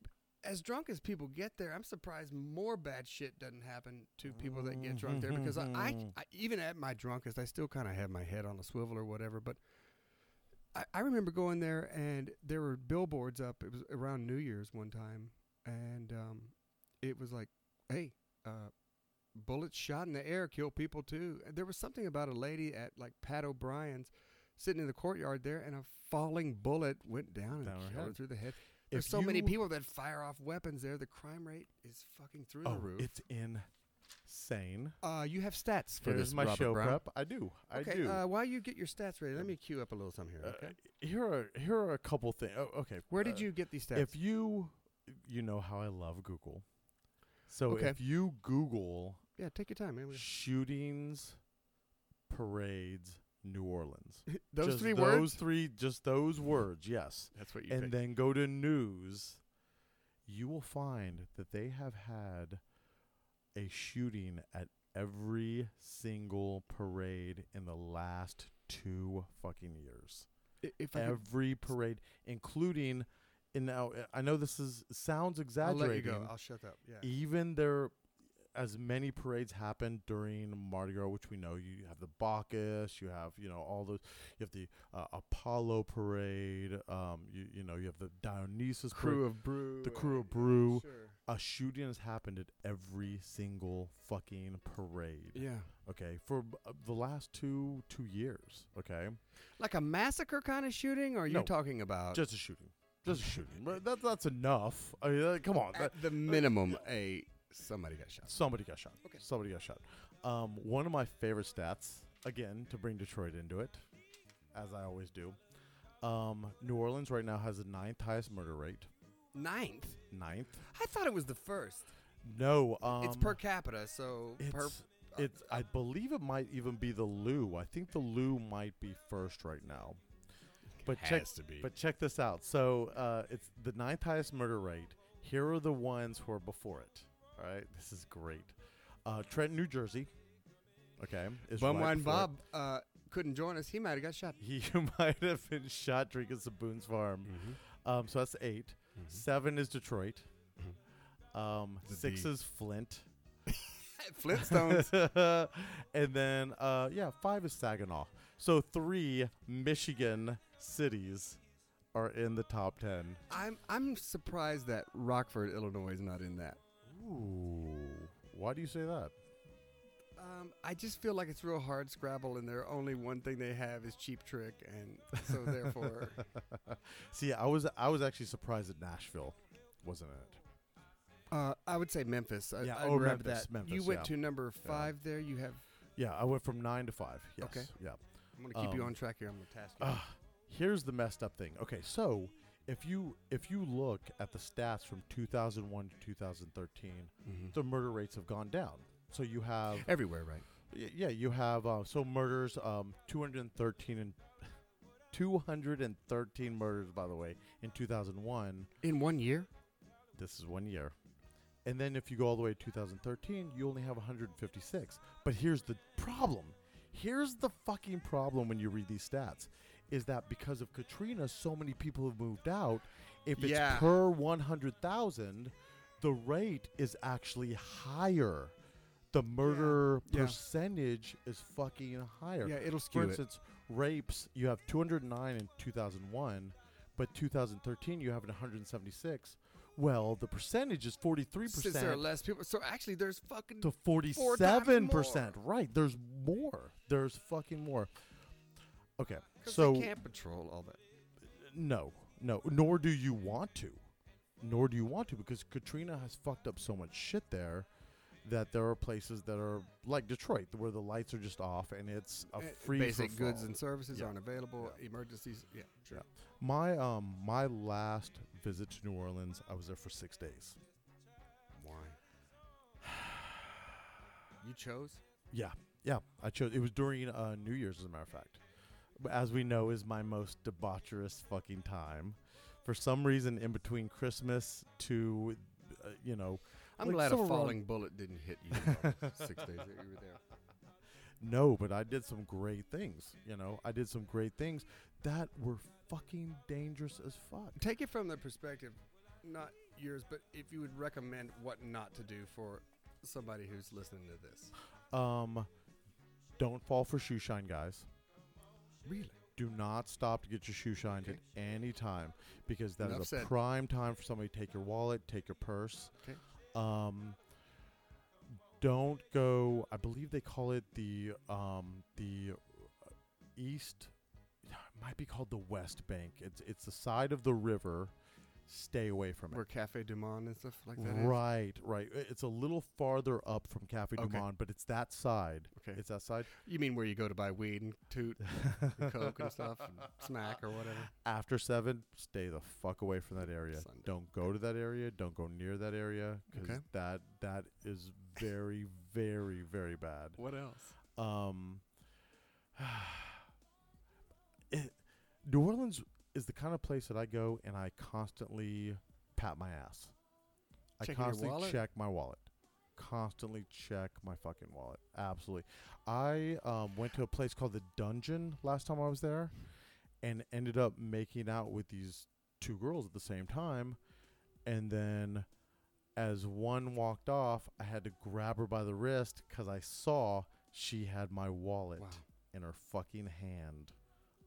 S1: as drunk as people get there, I'm surprised more bad shit doesn't happen to people that get drunk there because I, I,
S2: Mhm.
S1: I even at my drunkest, I still kind of have my head on a swivel or whatever. But I, I remember going there and there were billboards up. It was around New Year's one time, and um, it was like, hey, uh, bullets shot in the air kill people too. And There was something about a lady at like Pat O'Brien's. Sitting in the courtyard there, and a falling bullet went down and
S2: Down her
S1: killed her
S2: head.
S1: through the head.
S2: If
S1: There's so many
S2: you-
S1: people that fire off weapons there. The crime rate is fucking through
S2: Oh,
S1: the roof.
S2: it's insane.
S1: uh, you have stats for
S2: Here's
S1: this,
S2: my
S1: Robert
S2: show
S1: Brown.
S2: prep. I do. I
S1: okay,
S2: do.
S1: Uh, while you get your stats ready, let me cue up a little something
S2: Uh,
S1: here. Okay.
S2: here are here are a couple things. Oh, okay.
S1: Where did
S2: uh,
S1: you get these stats?
S2: If you you know how I love Google, so
S1: Okay.
S2: if you Google
S1: yeah, take your time, man. We-
S2: shootings, parades, New Orleans,
S1: Those
S2: Just
S1: three
S2: those
S1: words.
S2: three, just those words. Yes.
S1: That's what you
S2: and
S1: picked.
S2: then go to news, you will find that they have had a shooting at every single parade in the last two fucking years.
S1: I- if I could,
S2: Every parade, including, and now uh, I know this is sounds
S1: I'll
S2: exaggerating. E
S1: let you go. I'll shut up. Yeah.
S2: Even there, as many parades happen during Mardi Gras, which we know you have the Bacchus, you have you know all those, you have the uh, Apollo parade, um, you you know you have the Dionysus
S1: crew
S2: parade.
S1: of brew.
S2: the crew of
S1: and-
S2: brew.
S1: Sure.
S2: A shooting has happened at every single fucking parade.
S1: Yeah.
S2: Okay, for b- uh, the last two two years. Okay,
S1: Like a massacre kind of shooting, or are you
S2: No.
S1: talking about
S2: just a shooting, just a shooting. But that, that's enough. I mean, uh, come on, that-
S1: at the minimum a somebody got shot?
S2: Somebody got shot.
S1: Okay.
S2: Somebody got shot. Um, one of my favorite stats, again, to bring Detroit into it, as I always do. Um, New Orleans right now has the ninth highest murder rate.
S1: Ninth.
S2: Ninth?
S1: I thought it was the first.
S2: No. Um,
S1: it's per capita, so per
S2: It's, it's. I believe it might even be the Lou. I think the Lou might be first right now. But check.
S1: to be.
S2: But check this out. So uh, it's the ninth highest murder rate. Here are the ones who are before it. All right, this is great. Uh, Trenton, New Jersey. Okay, is right
S1: Bumwine
S2: before it.
S1: Bob uh, couldn't join us. He might have got shot.
S2: [laughs] He [laughs] might have been shot drinking some Boone's Farm. Um, so that's 8 Seven is Detroit. Um,
S4: The
S2: six
S4: D.
S2: is Flint.
S1: [laughs] Flintstones.
S2: [laughs] and then, uh, yeah, five is Saginaw. So three Michigan cities are in the top ten.
S1: I'm I'm surprised that Rockford, Illinois, is not in that.
S2: Ooh, why do you say that?
S1: Um, I just feel like it's real hard Scrabble, and their only one thing they have is Cheap Trick, and
S2: [laughs]
S1: so therefore,
S2: See, I was I was actually surprised that Nashville wasn't in it.
S1: uh, I would say Memphis. I,
S2: Yeah,
S1: I
S2: oh,
S1: remember
S2: Memphis,
S1: that.
S2: Memphis,
S1: you went
S2: yeah.
S1: to number five there. You have.
S2: Yeah, I went from nine to five. Yes.
S1: Okay.
S2: Yeah.
S1: I'm gonna keep you
S2: Um,
S1: on track here. I'm gonna task you.
S2: Uh, here's the messed up thing. Okay, so if you if you look at the stats from 2001 to 2013,
S1: Mhm.
S2: the murder rates have gone down. So you have
S1: Everywhere, right?
S2: Y- Yeah, you have uh, so murders, um, 213 and [laughs] 213 murders, by the way, in 2001.
S1: In one year?
S2: This is one year, and then if you go all the way to 2013, you only have 156. But here's the problem. Here's the fucking problem when you read these stats, is that because of Katrina, so many people have moved out. If it's
S1: Yeah.
S2: per 100,000, the rate is actually higher. The murder
S1: Yeah.
S2: percentage is fucking higher.
S1: Yeah, it'll
S2: For
S1: skew it.
S2: instance, rapes, you have 209 in 2001, but 2013 you have 176. Well, the percentage is 43%
S1: Since there are less people, so actually, there's fucking
S2: to
S1: Four times
S2: 47%.
S1: more.
S2: Right, there's more. There's fucking more. Okay.
S1: 'cause
S2: So
S1: they can't patrol all that.
S2: no. No, nor do you want to. Nor do you want to because Katrina has fucked up so much shit there that there are places that are like Detroit where the lights are just off and it's a
S1: Uh,
S2: free
S1: basic
S2: for
S1: goods and services
S2: Yeah.
S1: aren't available. Emergencies, yeah, sure.
S2: My um my last visit to New Orleans, I was there for six days.
S1: Why? You chose?
S2: Yeah, yeah. I chose it was during uh, New Year's, as a matter of fact. But as we know, is my most debaucherous fucking time. For some reason, in between Christmas to, uh, you know,
S1: I'm
S2: Like,
S1: glad a
S2: so wrong.
S1: falling bullet didn't hit you
S2: [laughs]
S1: in those six days that you were there.
S2: no, but I did some great things. You know, I did some great things that were fucking dangerous as fuck.
S1: Take it from the perspective, not yours, but if you would recommend what not to do for somebody who's listening to this.
S2: Um, don't fall for shoe shine, guys.
S1: Really?
S2: Do not stop to get your shoe shined
S1: Okay.
S2: at any time because that is
S1: Enough
S2: a
S1: said.
S2: prime time for somebody to take your wallet, take your purse.
S1: 'Kay.
S2: Um, don't go. I believe they call it the um, the uh, east. It might be called the West Bank. It's it's the side of the river. Stay away from it.
S1: Where Cafe Du Monde and stuff like that is?
S2: Right, right. I- It's a little farther up from Cafe Du
S1: Okay.
S2: Monde, but it's that side.
S1: Okay.
S2: It's that side.
S1: You mean where you go to buy weed and toot and coke and stuff
S2: [laughs]
S1: and smack or whatever?
S2: after seven, stay the fuck away from that area.
S1: Sunday.
S2: Don't go to that area. Don't go near that area because
S1: Okay.
S2: that that is very, very, very bad.
S1: What else?
S2: Um, [sighs] it, New Orleans is the kind of place that I go and I constantly pat my ass. I
S1: Checking your
S2: constantly
S1: wallet?
S2: check my wallet. Constantly check my fucking wallet. Absolutely. I um, went to a place called the Dungeon last time I was there, and ended up making out with these two girls at the same time, and then. As one walked off, I had to grab her by the wrist because I saw she had my wallet
S1: Wow.
S2: in her fucking hand.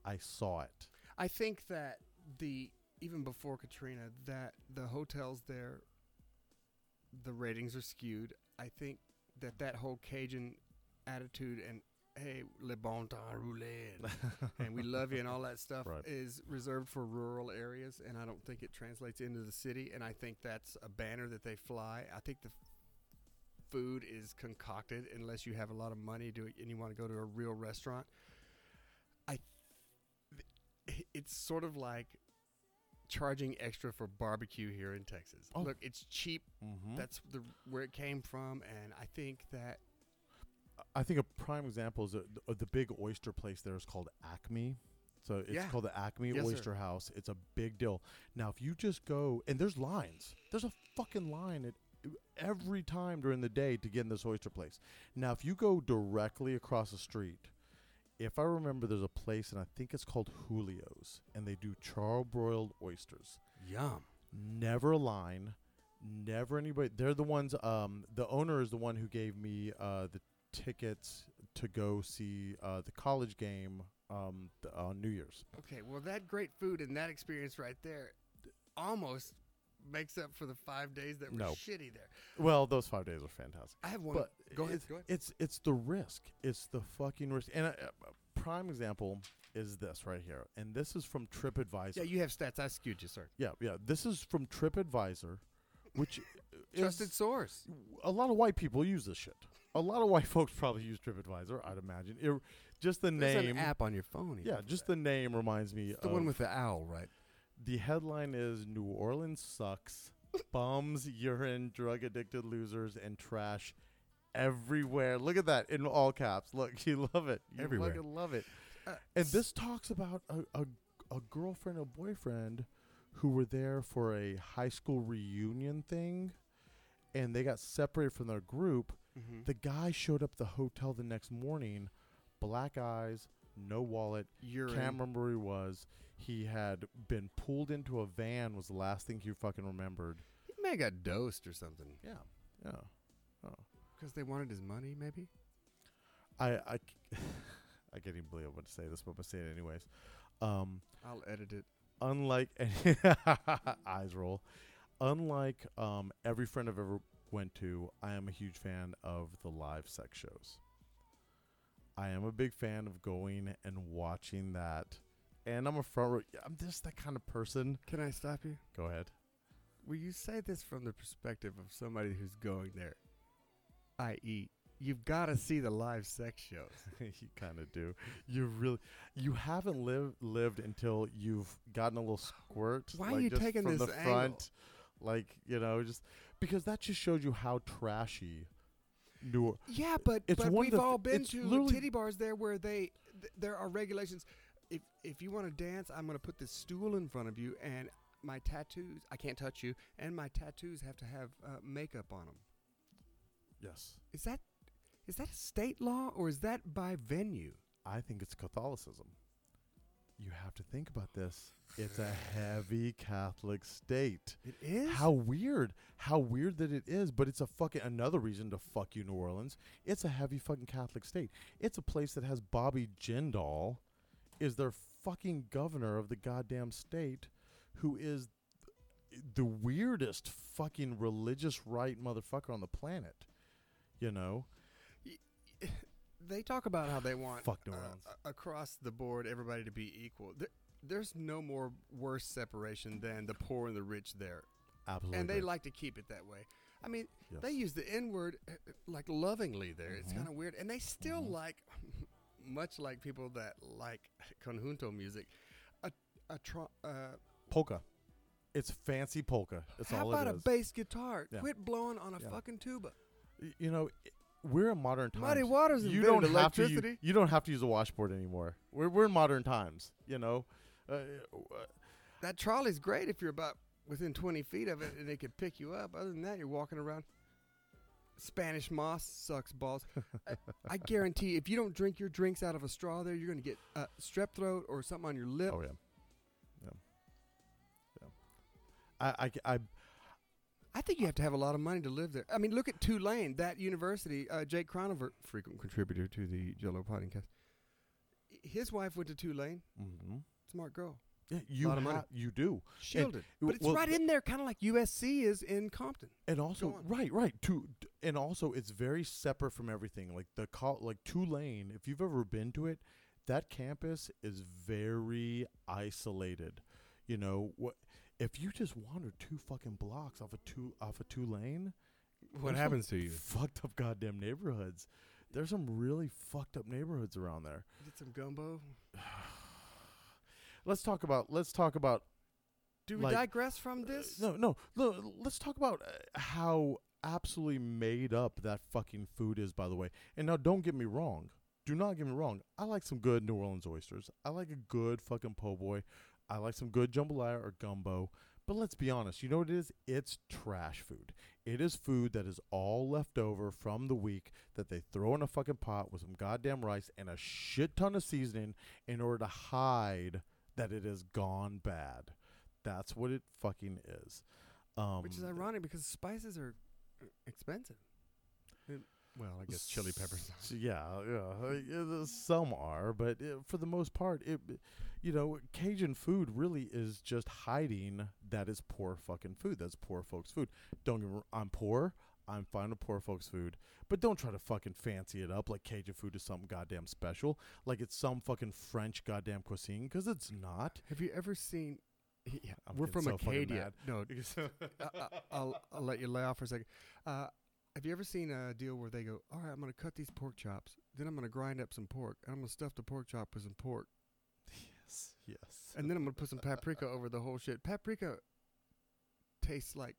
S2: I saw it.
S1: I think that the even before Katrina, that the hotels there, the ratings are skewed. I think that that whole Cajun attitude and hey, le bon temps
S2: [laughs]
S1: roulette, and we love you and all that stuff
S2: Right.
S1: is reserved for rural areas, and I don't think it translates into the city. And I think that's a banner that they fly. I think the food is concocted unless you have a lot of money to and you want to go to a real restaurant. I th- it's sort of like charging extra for barbecue here in Texas.
S2: Oh.
S1: Look, it's cheap.
S2: Mm-hmm.
S1: That's the where it came from and I think that
S2: I think a prime example is the, the, the big oyster place there is called Acme. So it's
S1: Yeah.
S2: called the Acme
S1: Yes, sir.
S2: Oyster House. It's a big deal. Now, if you just go and there's lines, there's a fucking line at every time during the day to get in this oyster place. Now, if you go directly across the street, if I remember, there's a place and I think it's called Julio's, and they do charbroiled oysters.
S1: yum.
S2: never line. Never anybody. They're the ones. Um, the owner is the one who gave me uh, the tickets to go see uh, the college game um, th- on New Year's.
S1: Okay, well, that great food and that experience right there almost makes up for the five days that were
S2: No.
S1: shitty there.
S2: Well, those five days were fantastic.
S1: I have one.
S2: But
S1: go ahead.
S2: it's,
S1: Go ahead.
S2: it's it's the risk. It's the fucking risk. And a, a prime example is this right here. And this is from TripAdvisor.
S1: Yeah, you have stats. I skewed you, sir.
S2: yeah, yeah. This is from TripAdvisor, which is-
S1: [laughs] Trusted source.
S2: a lot of white people use this shit. A lot of white [laughs] folks probably use TripAdvisor. I'd imagine. It, just the
S1: There's
S2: name.
S1: an app on your phone. even
S2: yeah, uh,
S1: for
S2: just
S1: that.
S2: the name reminds me
S1: the
S2: of
S1: one with the owl, right?
S2: the headline is New Orleans
S1: [laughs]
S2: sucks. Bums, urine, drug addicted losers, and trash everywhere. Look at that in all caps. Look, [laughs] you love it. You
S4: Everywhere.
S2: fucking love it.
S1: Uh,
S2: And this talks about a, a, a girlfriend and boyfriend who were there for a high school reunion thing and they got separated from their group.
S1: Mhm.
S2: The guy showed up at the hotel the next morning, black eyes, no wallet,
S1: Urine.
S2: can't remember where he was. He had been pulled into a van. Was the last thing he fucking remembered.
S1: He may have got dosed or something
S2: Yeah, yeah.
S1: because they wanted his money, maybe.
S2: I I, [laughs] c- I can't even believe I'm going to say this, but I'm gonna say it anyways. Um,
S1: I'll edit it.
S2: unlike [laughs] eyes roll, unlike um every friend I've ever went to, I am a huge fan of the live sex shows. I am a big fan of going and watching that, and I'm a front row. I'm just that kind of person.
S1: Can I stop you?
S2: Go ahead. [laughs]
S1: Will you say this from the perspective of somebody who's going there? I.e., you've got to see the live sex shows.
S2: you kind of do. You really, you haven't lived lived until you've gotten a little squirt.
S1: Why are you
S2: just
S1: taking
S2: from the
S1: this angle?
S2: front? Like you know, just because that just shows you how trashy New. Or-
S1: Yeah, but,
S2: It's
S1: but
S2: one
S1: we've
S2: of the-
S1: all been
S2: it's
S1: to
S2: literally-
S1: titty bars there where they th- there are regulations. If if you want to dance, I'm going to put this stool in front of you, and my tattoos. I can't touch you, and my tattoos have to have uh, makeup on them.
S2: yes,
S1: Is that is that a state law or is that by venue?
S2: I think it's Catholicism. You have to think about this. It's a heavy Catholic state.
S1: It is.
S2: How weird. How weird that it is, but it's a fucking another reason to fuck you, New Orleans. It's a heavy fucking Catholic state. It's a place that has Bobby Jindal is their fucking governor of the goddamn state who is th- the weirdest fucking religious right motherfucker on the planet. You know?
S1: they talk about
S2: [sighs]
S1: how they want
S2: Fuck New
S1: uh,
S2: Orleans.
S1: a- across the board everybody to be equal. There, there's no more worse separation than the poor and the rich there,
S2: Absolutely.
S1: and they like to keep it that way. I mean,
S2: Yes.
S1: They use the N word uh, uh, like lovingly there. It's
S2: Mhm.
S1: kind of weird. And they still
S2: Mhm.
S1: like, [laughs] much like people that like [laughs] conjunto music, a, a tr- uh,
S2: polka. It's fancy polka. That's
S1: how
S2: all
S1: about
S2: it
S1: a
S2: is.
S1: bass guitar?
S2: Yeah.
S1: Quit blowing on a
S2: Yeah.
S1: fucking tuba.
S2: Y- you know, i- we're in modern times.
S1: Muddy Waters
S2: you
S1: invented
S2: don't have to.
S1: electricity.
S2: You, you don't have to use a washboard anymore. We're we're in modern times. You know, uh, uh,
S1: that trolley's great if you're about within 20 feet of it and they could pick you up. Other than that, you're walking around. Spanish moss sucks
S2: [laughs]
S1: balls. I, I guarantee if you don't drink your drinks out of a straw there, you're going to get uh, strep throat or something on your lip.
S2: oh yeah, yeah, yeah. I, I c- I-
S1: I think you have to have a lot of money to live there. I mean, look at Tulane, that university. Uh, Jake Cronover, frequent contributor to the Jello Podcast. His wife went to Tulane.
S2: mhm.
S1: Smart girl.
S2: yeah. You
S1: Lot of money.
S2: ha- you do,
S1: Shielded. but it's
S2: well,
S1: right
S2: th-
S1: in there, kind of like USC is in Compton.
S2: and also
S1: on.
S2: right, right. To d- and also it's very separate from everything. Like the call, like Tulane. If you've ever been to it, that campus is very isolated. You know what? If you just wander two fucking blocks off of two off of Tulane, there's some Fucked up goddamn neighborhoods. There's some really fucked up neighborhoods around there.
S1: Get some gumbo.
S2: Let's talk about let's talk about
S1: Do we
S2: Like-
S1: digress from this?
S2: no no no. Let's talk about uh, how absolutely made up that fucking food is. By the way, and now don't get me wrong. Do not get me wrong. I like some good New Orleans oysters. I like a good fucking po' boy. I like some good jambalaya or gumbo. But let's be honest. You know what it is? It's trash food. It is food that is all left over from the week that they throw in a fucking pot with some goddamn rice and a shit ton of seasoning in order to hide that it has gone bad. That's what it fucking is. Um,
S1: which is ironic because spices are uh, expensive. And- Uh, well, I guess chili peppers.
S2: S- yeah, yeah, uh, yeah, the- some are, but uh, for the most part, it, you know, Cajun food really is just hiding that it's poor fucking food. That's poor folks' food. Don't get me wrong, I'm poor. I'm fine with poor folks' food, but don't try to fucking fancy it up like Cajun food is something goddamn special, like it's some fucking French goddamn cuisine, because
S1: [laughs]
S2: it's not.
S1: Have you ever seen? Yeah,
S2: I'm
S1: we're
S2: getting
S1: from
S2: so fucking
S1: Acadia.
S2: mad.
S1: No, I, will I'll let you lay off for a second. Uh, have you ever seen a deal where they go, "All right, I'm going to cut these pork chops, then I'm going to grind up some pork, and I'm going to stuff the pork chop with some pork,
S2: yes, yes.
S1: and then I'm going to put some paprika over the whole shit." Paprika tastes like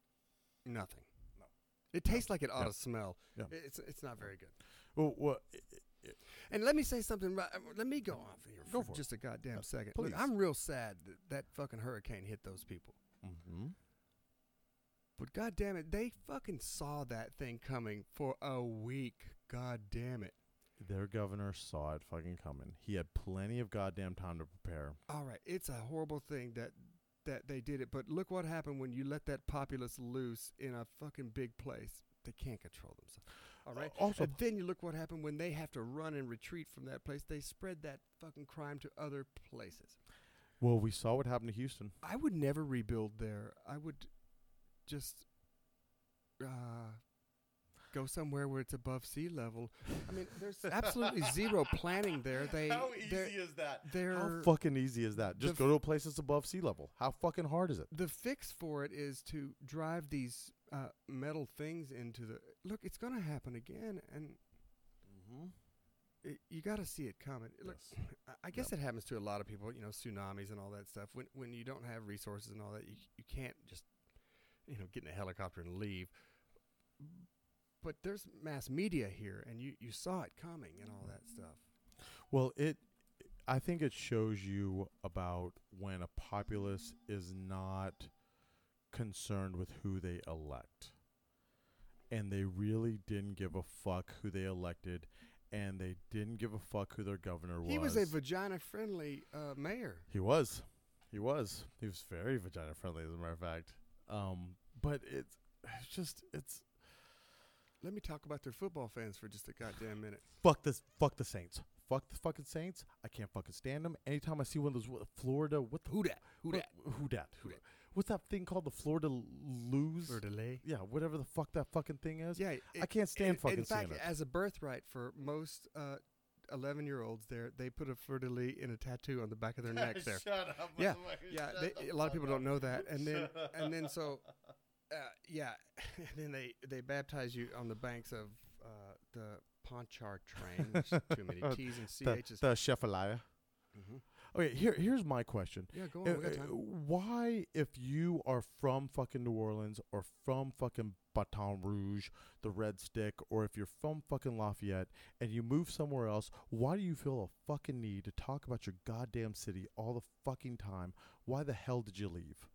S1: nothing.
S2: No.
S1: It tastes like it ought
S2: No.
S1: to smell.
S2: No.
S1: It's it's not very good.
S2: Well, well,
S1: And let me say something. Right, uh, let me go on for, here
S2: Go
S1: for
S2: for it.
S1: just a goddamn
S2: Yeah,
S1: second.
S2: please.
S1: Look, I'm real sad that that fucking hurricane hit those people.
S2: mm-hmm.
S1: But god damn it, they fucking saw that thing coming for a week. God damn it.
S2: Their governor saw it fucking coming. He had plenty of goddamn time to prepare.
S1: All right, it's a horrible thing that that they did it, but look what happened when you let that populace loose in a fucking big place. They can't control themselves. All right.
S2: Uh, also,
S1: and then you look what happened when they have to run and retreat from that place. They spread that fucking crime to other places.
S2: well, we saw what happened to Houston.
S1: I would never rebuild there. I would just uh, go somewhere where it's above sea level. I mean, there's absolutely zero planning there. They they're,
S2: is that?
S1: they're
S2: How fucking easy is that? Just
S1: the
S2: go to a place that's above sea level. How fucking hard is it?
S1: the fix for it is to drive these uh, metal things into the look. It's going to happen again, and
S2: Mm-hmm.
S1: it, you got to see it coming. Look, I- I guess it happens to a lot of people, you know, tsunamis and all that stuff. When when you don't have resources and all that, you you can't just you know get in a helicopter and leave. But there's mass media here, and you you saw it coming and all that stuff.
S2: Well, it. I think it shows you about when a populace is not concerned with who they elect, and they really didn't give a fuck who they elected, and they didn't give a fuck who their governor was.
S1: He was a vagina friendly uh, mayor.
S2: He was. He was. He was very vagina friendly, as a matter of fact. Um, but it's, it's just it's
S1: Let me talk about their football fans for just a goddamn minute.
S2: fuck this. Fuck the Saints. Fuck the fucking Saints. I can't fucking stand them. Anytime I see one of those wha- Florida, what the
S1: Who dat? Who
S2: what-
S1: dat?
S2: [sighs] who dat?
S1: Who
S2: Who
S1: dat?
S2: dat? What's that thing called? The Florida lose?
S1: delay.
S2: Yeah, whatever the fuck that fucking thing is.
S1: Yeah,
S2: I can't stand
S1: in,
S2: fucking
S1: In fact,
S2: seeing it.
S1: as a birthright for most uh, eleven-year-olds, there they put a fleur de lis in a tattoo on the back of their
S2: [laughs]
S1: neck. There,
S2: Shut up.
S1: Yeah, yeah, they, a lot of people don't know that, and then and then so, uh, yeah, [laughs] and then they they baptize you on the banks of uh, the Ponchar train. There's too
S2: [laughs]
S1: many T's and
S2: Oh, The,
S1: Ch's.
S2: the Sheffaliah.
S1: Mhm.
S2: Okay, here here's my question.
S1: Yeah, go on.
S2: Uh,
S1: we got
S2: uh,
S1: time.
S2: Why, if you are from fucking New Orleans or from fucking Baton Rouge, the Red Stick, or if you're from fucking Lafayette and you move somewhere else, why do you feel a fucking need to talk about your goddamn city all the fucking time? Why the hell did you leave?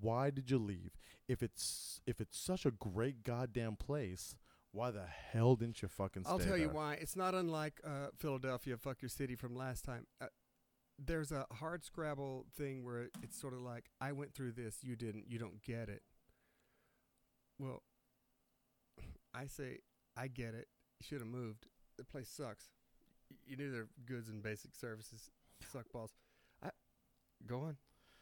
S2: Why did you leave? If it's if it's such a great goddamn place, why the hell didn't you fucking stay
S1: I'll tell you
S2: there?
S1: why. It's not unlike uh, Philadelphia, fuck your city from last time. Uh, there's a hard scrabble thing where it's sort of like, I went through this, you didn't, you don't get it. Well, [laughs] I say, I get it. You should have moved. The place sucks. Y- You knew their goods and basic services suck balls. I, go on.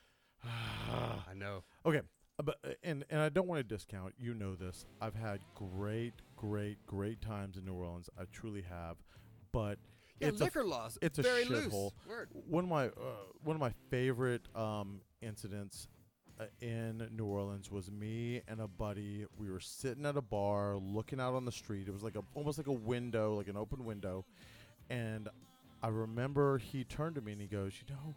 S1: [sighs] I know.
S2: Okay, uh, but uh, and and I don't want to discount. You know this. I've had great, great, great times in New Orleans. I truly have. But
S1: Yeah,
S2: it's a
S1: liquor laws.
S2: it's a
S1: very loose.
S2: shithole.
S1: Word.
S2: one of my uh, one of my favorite um, incidents uh, in New Orleans was me and a buddy. We were sitting at a bar, looking out on the street. It was like a almost like a window, like an open window. And I remember he turned to me and he goes, "You know,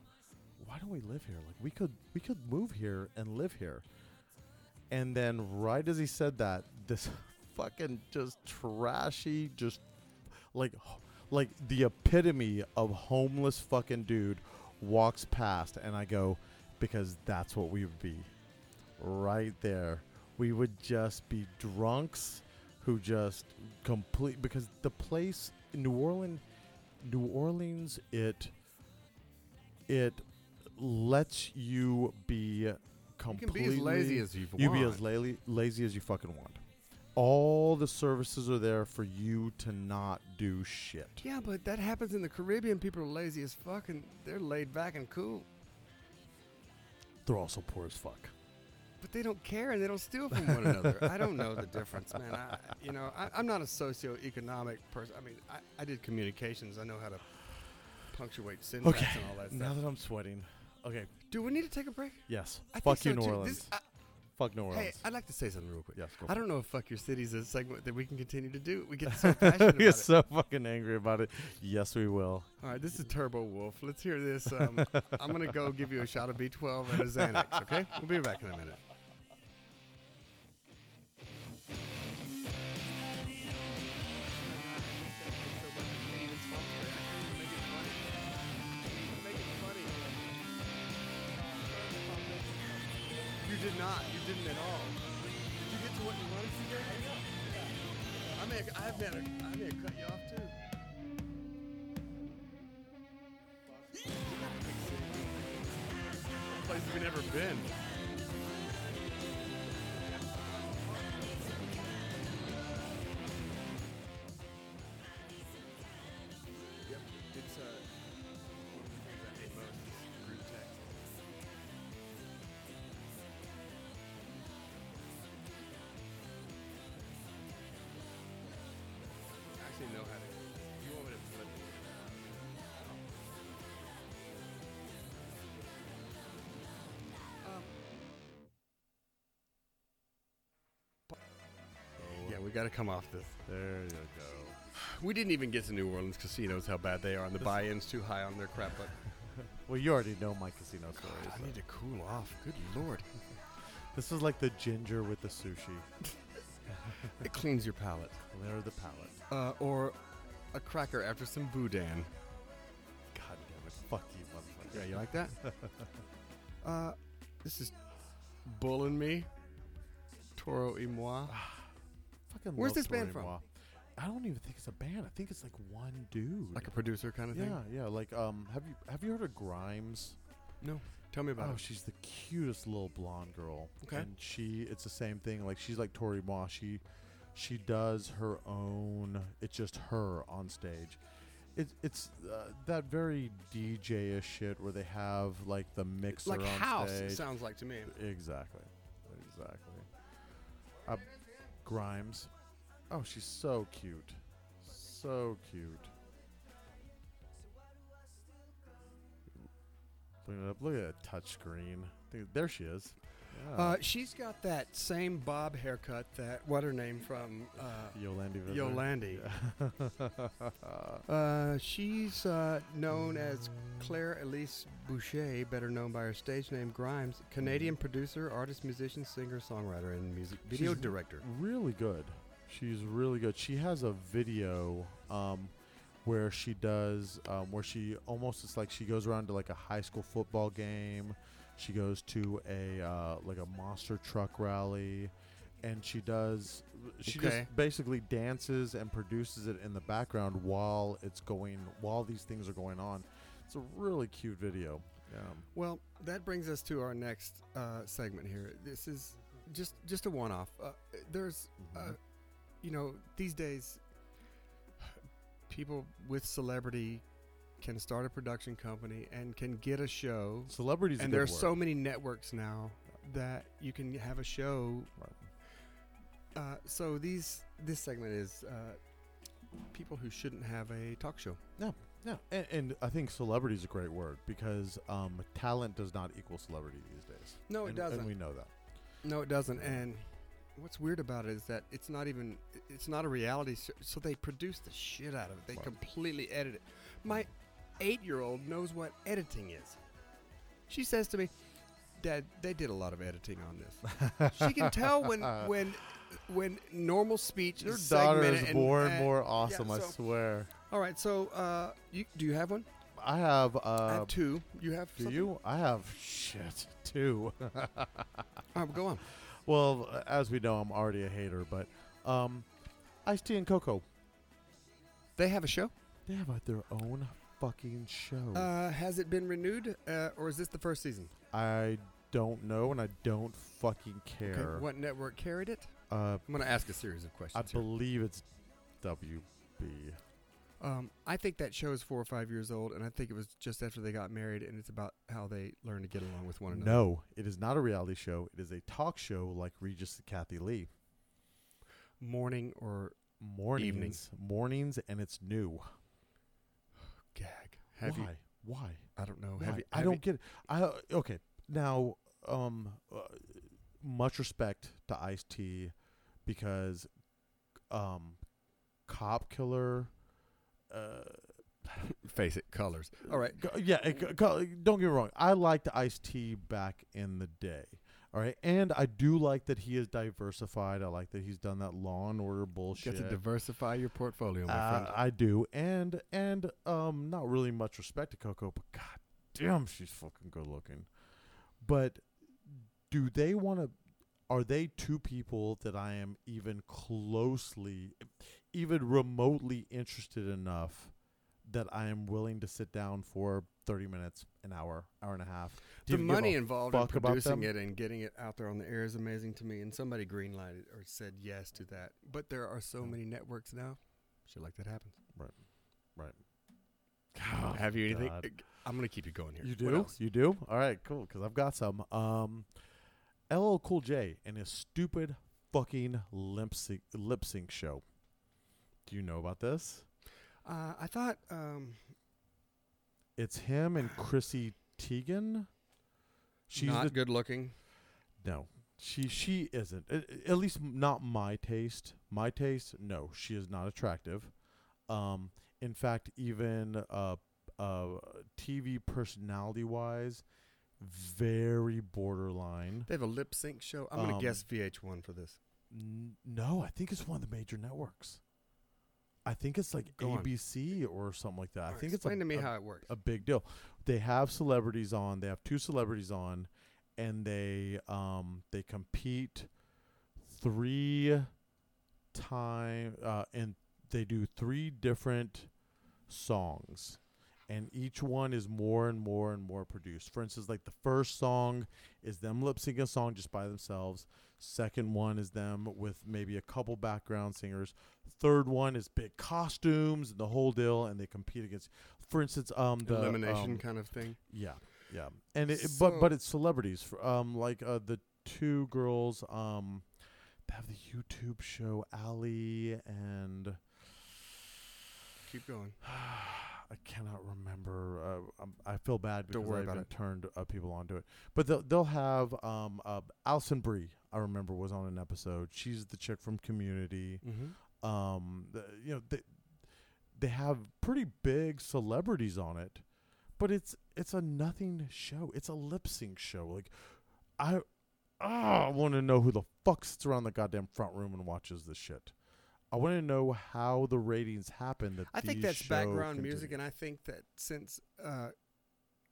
S2: why don't we live here? Like we could we could move here and live here." And then right as he said that, this [laughs] fucking just trashy, just like like the epitome of homeless fucking dude walks past and I go because that's what we would be right there. We would just be drunks who just complete because the place in New Orleans New Orleans it it lets you be
S1: You can
S2: completely.
S1: be as lazy as you want.
S2: you be as lazy lazy as you fucking want. All the services are there for you to not do shit.
S1: Yeah, but that happens in the Caribbean. People are lazy as fuck, and they're laid back and cool.
S2: They're also poor as fuck.
S1: But they don't care, and they don't steal from one another. I don't know the difference, man. I, you know, I, I'm not a socioeconomic person. I mean, I, I did communications. I know how to punctuate sentences
S2: Okay.
S1: and all that
S2: Now
S1: stuff.
S2: that I'm sweating. Okay.
S1: Do we need to take a break?
S2: Yes.
S1: I
S2: fuck you,
S1: think so,
S2: New
S1: too.
S2: Orleans.
S1: This- I-
S2: fuck New Orleans.
S1: hey, I'd like to say something real quick.
S2: yes.
S1: I
S2: Go for it.
S1: don't know if "fuck your city" is a segment that we can continue to do. We get
S2: [laughs]
S1: so passionate about
S2: we
S1: it.
S2: get so fucking angry about it. Yes, we will.
S1: All right, this is Turbo Wolf. Let's hear this. Um, I'm going to go give you a shot of B12 and a Xanax, okay? We'll be back in a minute. You did not. You didn't at all. Did you get to what you wanted to get? I may have, I may have, I may have cut you off too. place we've never been. Yep, it's uh, it's, uh, Moses, group text. I actually know how to. You want me to flip it? Oh, Yeah, we got to come off this.
S2: There you go.
S1: We didn't even get to New Orleans casinos. How bad they are, and the buy-in's too high on their crap. But
S2: Well, you already know my casino story. so-
S1: I need to cool off. Good lord,
S2: This is like the ginger with the sushi.
S1: it cleans your palate.
S2: There the palate.
S1: Uh, or a cracker after some boudin.
S2: God damn it. Fuck you, motherfucker.
S1: Yeah, you like
S2: [laughs]
S1: that? uh, this is Bull and Me, Toro y Moi.
S2: Ah. Fucking
S1: Where's
S2: love
S1: this band
S2: Tori Moore. I don't even think it's a band. I think it's like one dude.
S1: Like a producer kind of
S2: yeah,
S1: thing.
S2: yeah. Like, um, have you have you heard of Grimes?
S1: No, tell me about
S2: Oh,
S1: it.
S2: she's the cutest little blonde girl.
S1: Okay.
S2: And she, it's the same thing. Like she's like Tori Moss. She, she does her own. It's just her on stage. It, it's uh, that very DJ-ish shit where they have like the mixer
S1: like
S2: on
S1: house.
S2: stage.
S1: It sounds like to me.
S2: Exactly. Exactly. Uh, Grimes. Oh, she's so cute. So cute. Look at, look at that touch screen. Think- There she is. Yeah.
S1: Uh, she's got that same bob haircut that what her name from uh,
S2: Yolandi Visser.
S1: Yolandi.
S2: Yeah.
S1: [laughs] Uh, she's uh, known as Claire Elise Boucher, better known by her stage name Grimes, Canadian producer, artist, musician, singer, songwriter, and music video
S2: She's-
S1: director.
S2: really good. She's really good. She has a video um, where she does um, where she almost it's like she goes around to like a high school football game. She goes to a uh, like a monster truck rally, and she does she
S1: Okay.
S2: just basically dances and produces it in the background while it's going while these things are going on. It's a really cute video. Um,
S1: Well, that brings us to our next uh, segment here. This is just just a one-off. Uh, there's, uh, you know, these days, people with celebrity can start a production company and can get a show
S2: Celebrities a
S1: and
S2: good
S1: there are so
S2: word.
S1: many networks now that you can have a show. Uh, so these this segment is uh, people who shouldn't have a talk show.
S2: Yeah, and, and I think celebrity is a great word because um, talent does not equal celebrity these days.
S1: No, it
S2: And-
S1: doesn't.
S2: And we know that.
S1: no, it doesn't. And what's weird about it is that it's not even it's not a reality. Show, so they produce the shit out of it. They
S2: Right.
S1: completely edit it. My eight year old knows what editing is. She says to me, "Dad, they did a lot of editing on this." she can tell
S2: [laughs]
S1: when when when normal speech
S2: Your
S1: is
S2: daughter
S1: segmented
S2: is
S1: and-
S2: more
S1: and-
S2: and more awesome. I
S1: so-
S2: swear.
S1: All right, so uh, you do you have one?
S2: I have. Uh,
S1: I have two. You have?
S2: do
S1: something?
S2: you? I have shit too.
S1: All right, go on.
S2: well, as we know, I'm already a hater, but um, Ice Tea and Coco
S1: They have a show.
S2: they have uh, their own fucking show.
S1: Uh, has it been renewed, uh, or is this the first season?
S2: I don't know and I don't fucking care.
S1: Okay, what network carried it?
S2: Uh,
S1: I'm going to ask a series of
S2: I
S1: questions. here.
S2: believe it's WB.
S1: Um, I think that show is four or five years old, and I think it was just after they got married, and it's about how they learn to get along with one another.
S2: No, it is not a reality show. It is a talk show like Regis and Kathy Lee.
S1: Morning or
S2: Mornings, mornings, and it's new.
S1: gag. Have
S2: Why?
S1: you?
S2: Why?
S1: I don't know.
S2: Why?
S1: Have you?
S2: I
S1: have
S2: don't
S1: you-
S2: get it. I okay. Now, um, uh, much respect to Ice T, because, um, cop killer. Uh,
S1: face it. Colors. All right.
S2: Go- Yeah, it, go- go- don't get me wrong. I liked Ice T back in the day. All right, and I do like that he is diversified. I like that he's done that Law and Order
S1: Got
S2: bullshit.
S1: to diversify your portfolio, my
S2: Uh,
S1: friend.
S2: I do, and and um, not really much respect to Coco, but god damn, she's fucking good looking. But do they want to? Are they two people that I am even closely, even remotely interested enough that I am willing to sit down for thirty minutes, an hour, hour and a half?
S1: the
S2: to even give
S1: money
S2: a
S1: involved in
S2: fuck about
S1: producing
S2: them?
S1: it and getting it out there on the air is amazing to me. And somebody greenlighted or said yes to that. But there are so many networks now. Shit like that happens.
S2: God,
S1: have you anything?
S2: God.
S1: I'm going to keep you going here.
S2: You
S1: What
S2: do?
S1: else?
S2: You do? All right, cool. Because I've got some. Um, LL Cool J and his stupid fucking lip sync, lip sync show. Do you know about this?
S1: Uh, I thought. Um,
S2: It's him and Chrissy Teigen. She's
S1: not
S2: the,
S1: good looking.
S2: no. She she isn't. At, at least not my taste. My taste. No, she is not attractive. Um, in fact, even uh, uh, TV personality wise, very borderline.
S1: They have a lip sync show. I'm going
S2: Um,
S1: to guess VH1 for this.
S2: N- no, I think it's one of the major networks. I think it's like
S1: Go on.
S2: ABC or something like that. I
S1: Alright,
S2: think it's a,
S1: explain to me
S2: a,
S1: how it works.
S2: a big deal. They have celebrities on. They have two celebrities on, and they um they compete three time uh, and they do three different songs, and each one is more and more and more produced. For instance, like the first song is them lip syncing a song just by themselves. Second one is them with maybe a couple background singers. Third one is big costumes and the whole deal, and they compete against. For instance, um, the
S1: Elimination
S2: um,
S1: kind of thing.
S2: yeah, yeah, and it, it- but but
S1: So-
S2: it's celebrities. For, um, like uh, the two girls um, that have the YouTube show, Ali and
S1: Keep going.
S2: [sighs] I cannot remember. Uh, um, I feel bad because
S1: Don't worry
S2: I
S1: about
S2: haven't turned uh, people onto it. But they'll, they'll have um, uh, Alison Brie. I remember was on an episode. She's the chick from Community.
S1: Mm-hmm.
S2: Um, the, you know they they have pretty big celebrities on it, but it's it's a nothing show. It's a lip sync show. Like I ah, I want to know who the fuck sits around the goddamn front room and watches this shit. I want to know how the ratings happen. That
S1: I think
S2: these
S1: that's
S2: shows
S1: background
S2: continue.
S1: music, and I think that since uh,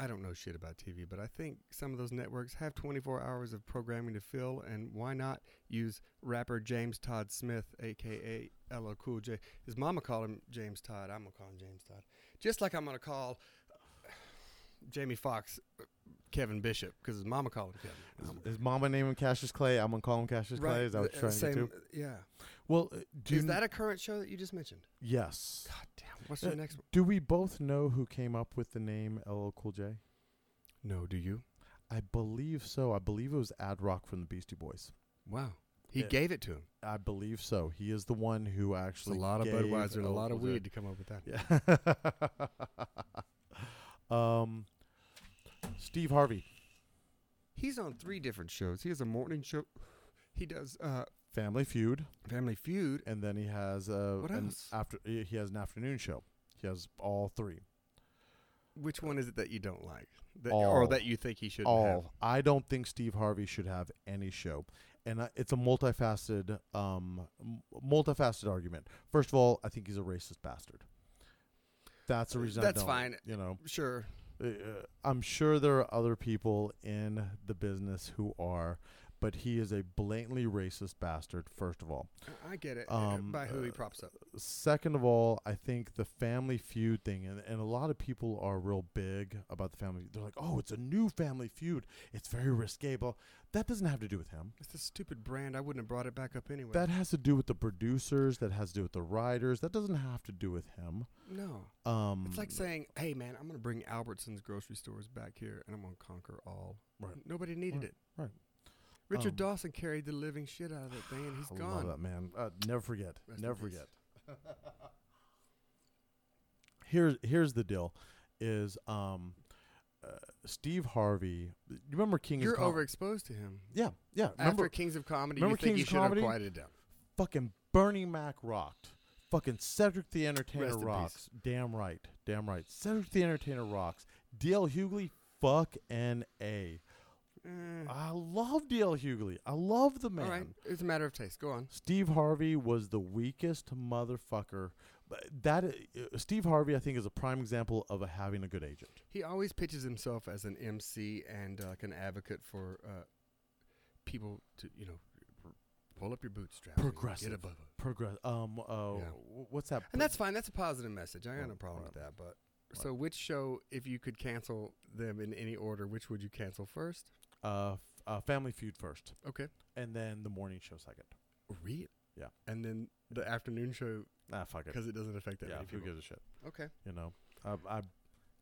S1: I don't know shit about TV, but I think some of those networks have 24 hours of programming to fill, and why not use rapper James Todd Smith, aka LL Cool J? His mama called him James Todd. I'm gonna call him James Todd, just like I'm gonna call uh, Jamie Foxx uh, Kevin Bishop because his mama called him Kevin.
S2: Is, is mama naming Cassius Clay? I'm gonna call him Cassius Clay. Is that what
S1: the-
S2: you're trying
S1: uh, same,
S2: to do?
S1: Yeah.
S2: Well, uh, do
S1: Is
S2: you-
S1: that a current show that you just mentioned?
S2: yes?
S1: God damn. What's
S2: Uh,
S1: the next one?
S2: Do we both know who came up with the name LL Cool J?
S1: No, do you?
S2: I believe so. I believe it was Ad Rock from the Beastie Boys.
S1: Wow. He
S2: Yeah.
S1: gave it to him.
S2: I believe so. He is the one who
S1: It's a
S2: actually
S1: lot of
S2: gave
S1: Budweiser and a
S2: LL
S1: lot of
S2: Cool J-
S1: weed to come up with that.
S2: Yeah. [laughs] um, Steve Harvey,
S1: He's on three different shows. He has a morning show. He does uh,
S2: Family Feud,
S1: Family Feud.
S2: and then he has uh,
S1: What
S2: an
S1: else?
S2: after he he has an afternoon show. He has all three.
S1: Which one is it that you don't like, that, or
S2: All.
S1: that you think he should
S2: all.
S1: have?
S2: Oh, I don't think Steve Harvey should have any show, and I, it's a multifaceted, um, m- multifaceted argument. First of all, I think he's a racist bastard. That's the reason. I
S1: Uh, That's
S2: don't,
S1: fine.
S2: You know,
S1: Sure.
S2: Uh, I'm sure there are other people in the business who are, but he is a blatantly racist bastard, first of all.
S1: I get it.
S2: Um,
S1: by who he
S2: uh,
S1: props up.
S2: Second of all, I think the family feud thing, and, and a lot of people are real big about the family. They're like, oh, it's a new family feud. It's very risque. But that doesn't have to do with him.
S1: It's a stupid brand. I wouldn't have brought it back up anyway.
S2: That has to do with the producers. That has to do with the writers. That doesn't have to do with him.
S1: no.
S2: Um,
S1: It's like saying, "Hey, man, I'm going to bring Albertsons grocery stores back here, and I'm going to conquer all."
S2: Right.
S1: N- Nobody needed
S2: Right,
S1: it.
S2: right.
S1: Richard
S2: Um,
S1: Dawson carried the living shit out of that thing, and he's
S2: I
S1: gone.
S2: Love that man. Uh, never forget.
S1: Rest in
S2: never
S1: peace.
S2: forget. here's here's the deal, is um, uh, Steve Harvey. You remember King?
S1: You're
S2: is Com-
S1: overexposed to him.
S2: Yeah, yeah.
S1: After
S2: Remember
S1: Kings of Comedy, you
S2: remember
S1: think you
S2: Kings
S1: should have
S2: Comedy?
S1: quieted down.
S2: fucking Bernie Mac rocked. Fucking Cedric the Entertainer
S1: Rest in peace.
S2: rocks. Damn right. Damn right. Cedric the Entertainer rocks. DL Hughley. Fuck N
S1: [laughs]
S2: A.
S1: Eh,
S2: I love DL Hughley. I love the Ah, man.
S1: all right, it's a matter of taste. Go on.
S2: Steve Harvey was the weakest motherfucker. But That uh, Steve Harvey, I think, is a prime example of a, having a good agent.
S1: He always pitches himself as an MC and uh, like an advocate for uh, people to, you know, r- pull up your bootstraps, and
S2: Progressive.
S1: get above it.
S2: Progress. Um. Uh,
S1: Yeah.
S2: wh- What's that?
S1: And that's fine. That's a positive message. I got no
S2: Right,
S1: problem with
S2: right,
S1: that. But so, which show, if you could cancel them in any order, which would you cancel first?
S2: uh, f- uh, Family Feud first,
S1: Okay.
S2: and then the morning show second.
S1: Real.
S2: Yeah.
S1: And then the afternoon show
S2: Ah, fuck it.
S1: because it doesn't affect that
S2: Yeah,
S1: many
S2: who
S1: people.
S2: gives a shit?
S1: Okay.
S2: You know, I, I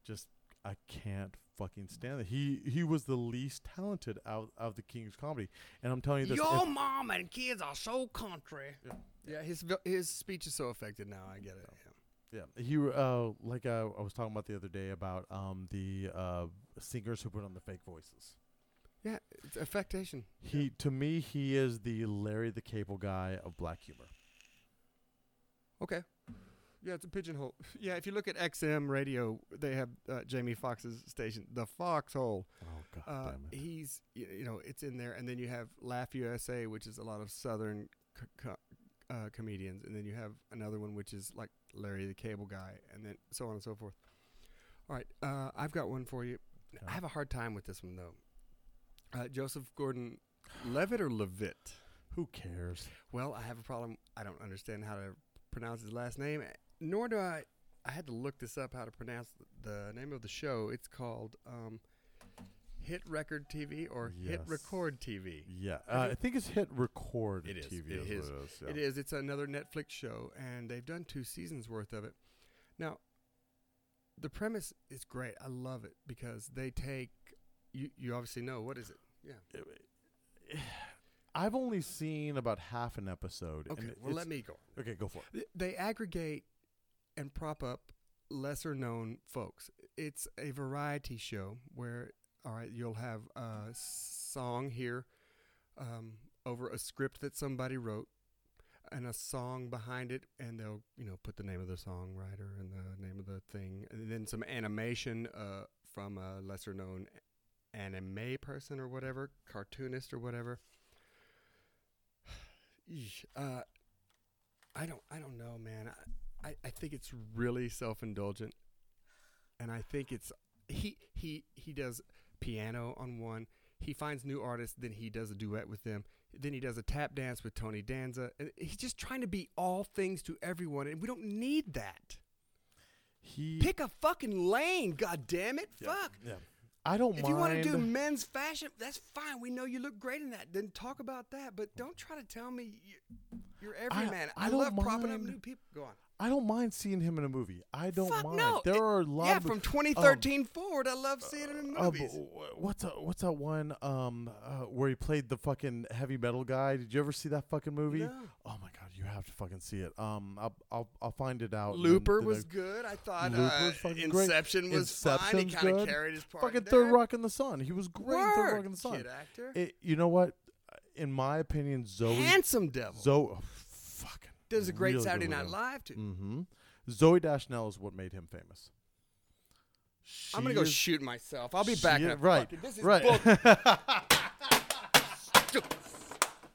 S2: just I can't fucking stand it. He he was the least talented out of the King's comedy, and I'm telling you this. if-
S1: mom and kids are so country. Yeah. his vi- his speech is so affected now. I get it.
S2: Yeah, he w- uh like uh, I was talking about the other day about um the uh singers who put on the fake voices.
S1: Yeah. yeah it's affectation.
S2: He to me he is the Larry the Cable Guy of black humor.
S1: Okay. Yeah, it's a pigeonhole. [laughs] Yeah, if you look at XM radio, they have uh, Jamie Foxx's station, The Foxhole.
S2: Oh god
S1: Uh, he's y- you know it's in there, and then you have Laugh USA, which is a lot of Southern c- co- uh, comedians, and then you have another one which is like Larry the Cable Guy, and then so on and so forth. All right, uh, I've got one for you. I
S2: Okay.
S1: have a hard time with this one though. Uh, Joseph Gordon Levitt or Levitt?
S2: Who cares?
S1: Well, I have a problem. I don't understand how to pronounce his last name, eh, nor do I. I had to look this up how to pronounce th- the name of the show. It's called um, Hit Record TV or Hit
S2: Yes.
S1: Record TV.
S2: Yeah, uh, I think it's hit record
S1: It is.
S2: TV.
S1: It
S2: is
S1: is.
S2: what
S1: It
S2: yeah.
S1: is. It's another Netflix show, and they've done two seasons worth of it. Now, the premise is great. I love it because they take you. You obviously know what is it? Yeah.
S2: [sighs] I've only seen about half an episode.
S1: Okay.
S2: and
S1: Well,
S2: it's-
S1: let me go.
S2: Okay, go for it.
S1: Th- they aggregate and prop up lesser known folks. It's a variety show where, all right, you'll have a song here um, over a script that somebody wrote and a song behind it and they'll you know put the name of the songwriter and the name of the thing and then some animation uh, from a lesser known anime person or whatever cartoonist or whatever [sighs] Eesh, uh, I don't I don't know, man. I, I, I think it's really self indulgent. And I think it's he he he does piano on one. He finds new artists, then he does a duet with them. Then he does a tap dance with Tony Danza. And He's just trying to be all things to everyone, and we don't need that.
S2: He
S1: Pick a fucking lane, god damn it.
S2: yeah,
S1: Fuck.
S2: Yeah, I don't
S1: If
S2: mind.
S1: you want to do men's fashion, that's fine. We know you look great in that. Then talk about that. But don't try to tell me you- you're every man.
S2: I
S1: I,
S2: don't
S1: love propping up
S2: mind.
S1: new people. Go on.
S2: I don't mind seeing him in a movie. I don't
S1: Fuck
S2: mind.
S1: no.
S2: There
S1: It-
S2: are a lot
S1: Yeah,
S2: of
S1: from
S2: um,
S1: 2013 forward, I love seeing him in
S2: uh,
S1: movies.
S2: but wh- what's that, what's that one um uh, where he played the fucking heavy metal guy? Did you ever see that fucking movie?
S1: No.
S2: Oh my god, you have to fucking see it. Um, I'll I'll, I'll find it out. oh, and then-
S1: Looper
S2: then
S1: was
S2: I-
S1: good. I thought
S2: Looper
S1: uh,
S2: was fucking great.
S1: Inception was fine. He
S2: Inception's
S1: kind of
S2: good.
S1: carried his part.
S2: Fucking
S1: there.
S2: Third Rock in the Sun. He was great. in Third
S1: Word,
S2: Rock in the Sun.
S1: Kid actor.
S2: It, you know what? In my opinion, Zoe
S1: Handsome devil.
S2: Zoe oh, fucking
S1: Does a great
S2: really good
S1: Saturday Night
S2: looking.
S1: Live too.
S2: Mm-hmm. Zoe Dashnell is what made him famous.
S1: I'm gonna go
S2: She is-
S1: shoot myself. I'll be
S2: she
S1: back. in
S2: is-
S1: a
S2: right,
S1: fucking- This is
S2: right.
S1: bull-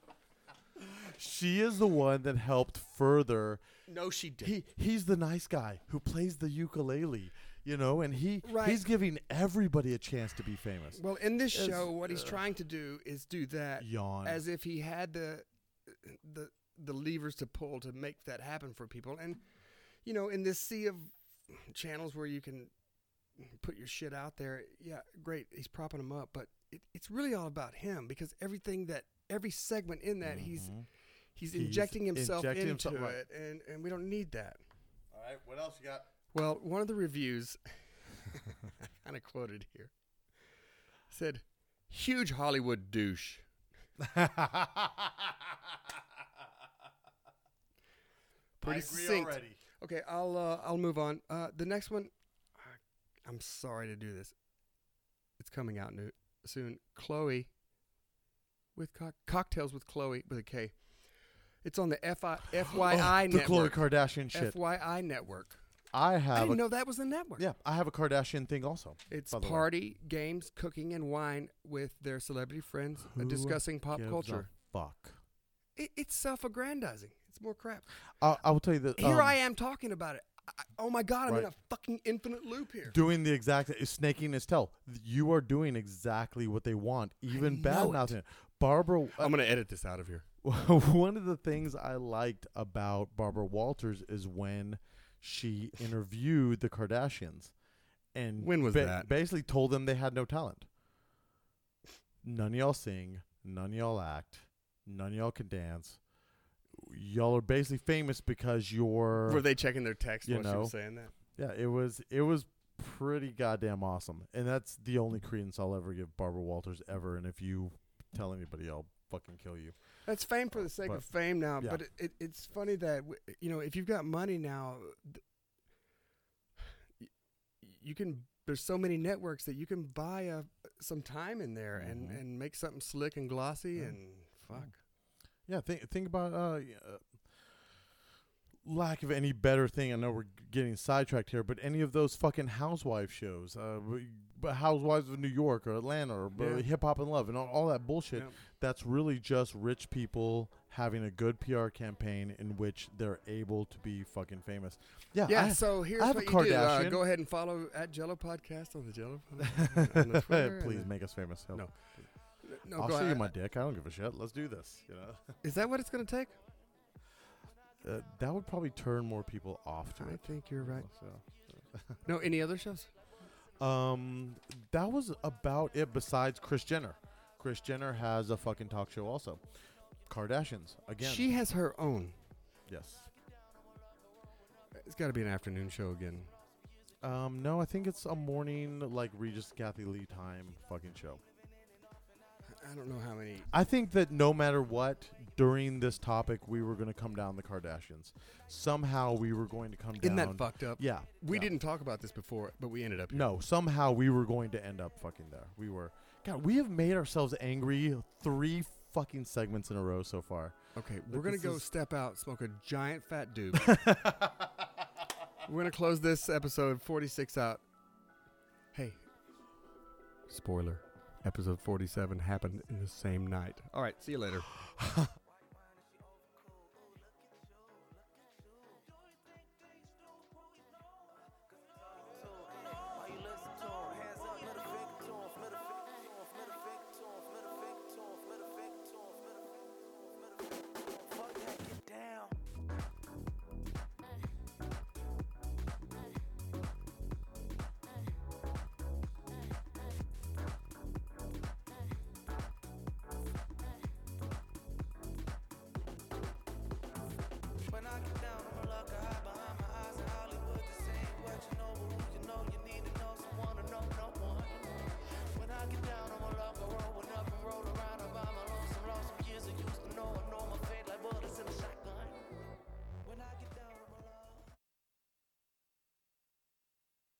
S2: [laughs] she is the one that helped further.
S1: no, she did.
S2: He he's the nice guy who plays the ukulele. you know, and he
S1: Right.
S2: he's giving everybody a chance to be famous.
S1: Well, in this
S2: It's-
S1: show, what he's
S2: ugh.
S1: trying to do is do that
S2: Yawn.
S1: as if he had the the the levers to pull to make that happen for people. And you know, in this sea of channels where you can put your shit out there, yeah, great. He's propping him up, but it, it's really all about him because everything that every segment in that he's
S2: Mhm.
S1: he's
S2: He's
S1: injecting himself
S2: injecting
S1: into
S2: himself- right.
S1: it, and and we don't need that.
S2: All right, what else you
S1: [laughs]
S2: got?
S1: Well, one of the reviews [laughs] kind of quoted here said, "Huge Hollywood douche." Pretty succinct. Okay, I'll uh, I'll move on. Uh, the next one, I- I'm sorry to do this. It's coming out new, soon. Chloe with cock- cocktails with Chloe with a K. It's on the
S2: [gasps]
S1: FI, FYI
S2: Oh, the Khloe
S1: network.
S2: Kardashian shit.
S1: FYI network.
S2: I
S1: I
S2: have
S1: didn't
S2: a,
S1: know that was the network.
S2: yeah, I have a Kardashian thing also.
S1: It's
S2: by the way.
S1: party, games, cooking, and wine with their celebrity friends uh,
S2: Who
S1: discussing pop
S2: Gives a
S1: culture.
S2: fuck.
S1: It, it's self-aggrandizing. It's more crap.
S2: I, I will tell you that
S1: Here
S2: um,
S1: I am talking about it. I, oh my god, I'm in
S2: Right.
S1: a fucking infinite loop here.
S2: doing the exact snaking his tail. You are doing exactly what they want, even bad
S1: know
S2: mouthing. it. Barbara, uh,
S1: gonna edit this out of here.
S2: [laughs] one of the things I liked about Barbara Walters is when she interviewed the Kardashians, and
S1: When was
S2: ba-
S1: that?
S2: Basically, told them they had no talent. None of y'all sing. None of y'all act. None of y'all can dance. Y'all are basically famous because you're.
S1: Were they checking their text
S2: you
S1: while she
S2: know.
S1: was saying that?
S2: Yeah, it was it was pretty goddamn awesome, and that's the only credence I'll ever give Barbara Walters ever. And if you tell anybody, I'll fucking kill you.
S1: That's fame for the sake
S2: But-
S1: of fame now.
S2: yeah.
S1: But it, it, it's funny that w- you know if you've got money now, th- y- you can. There's so many networks that you can buy a, some time in there and,
S2: Mhm.
S1: and make something slick and glossy
S2: Yeah. Oh,
S1: and fuck.
S2: Yeah, think think about uh, y- uh, lack of any better thing. I know we're g- getting sidetracked here, but any of those fucking housewife shows, uh, w- b- Housewives of New York or Atlanta or uh,
S1: Yeah.
S2: Hip Hop and Love and all, all that bullshit.
S1: Yeah.
S2: That's really just rich people having a good PR campaign in which they're able to be fucking famous. Yeah,
S1: Yeah.
S2: I- [laughs]
S1: so here's
S2: I have
S1: what you
S2: a
S1: do. Uh,
S2: Kardashian.
S1: go ahead and follow at Jello Podcast on the Jello.
S2: [laughs]
S1: Podcast, on the Twitter, and
S2: Please
S1: the-
S2: make us famous. Help.
S1: No. No,
S2: I'll
S1: go
S2: show
S1: ahead.
S2: you my dick. I don't give a shit. Let's do this.
S1: [laughs]
S2: You know,
S1: Is that what it's going to take?
S2: uh, that would probably turn more people off to
S1: I
S2: it.
S1: think you're right.
S2: So,
S1: No, any other shows?
S2: um, that was about it. Besides Chris Jenner, Chris Jenner has a fucking talk show also. Kardashians again.
S1: She has her own.
S2: yes.
S1: It's got to be an afternoon show again.
S2: Um, no, I think it's a morning like Regis Kathy Lee time fucking show.
S1: I don't know how many.
S2: I think that no matter what, during this topic, we were going to come down the Kardashians. Somehow, we were going to come
S1: Isn't
S2: down.
S1: that fucked up?
S2: yeah,
S1: We
S2: yeah.
S1: didn't talk about this before, but we ended up. Here.
S2: No, somehow we were going to end up fucking there. We were. God, we have made ourselves angry three fucking segments in a row so far.
S1: Okay,
S2: Look,
S1: we're gonna
S2: this
S1: go
S2: is-
S1: step out, smoke a giant fat
S2: [laughs]
S1: doob. we're gonna close this episode 46 out. Hey, spoiler: episode 47 happened in the same night. All right, see you later.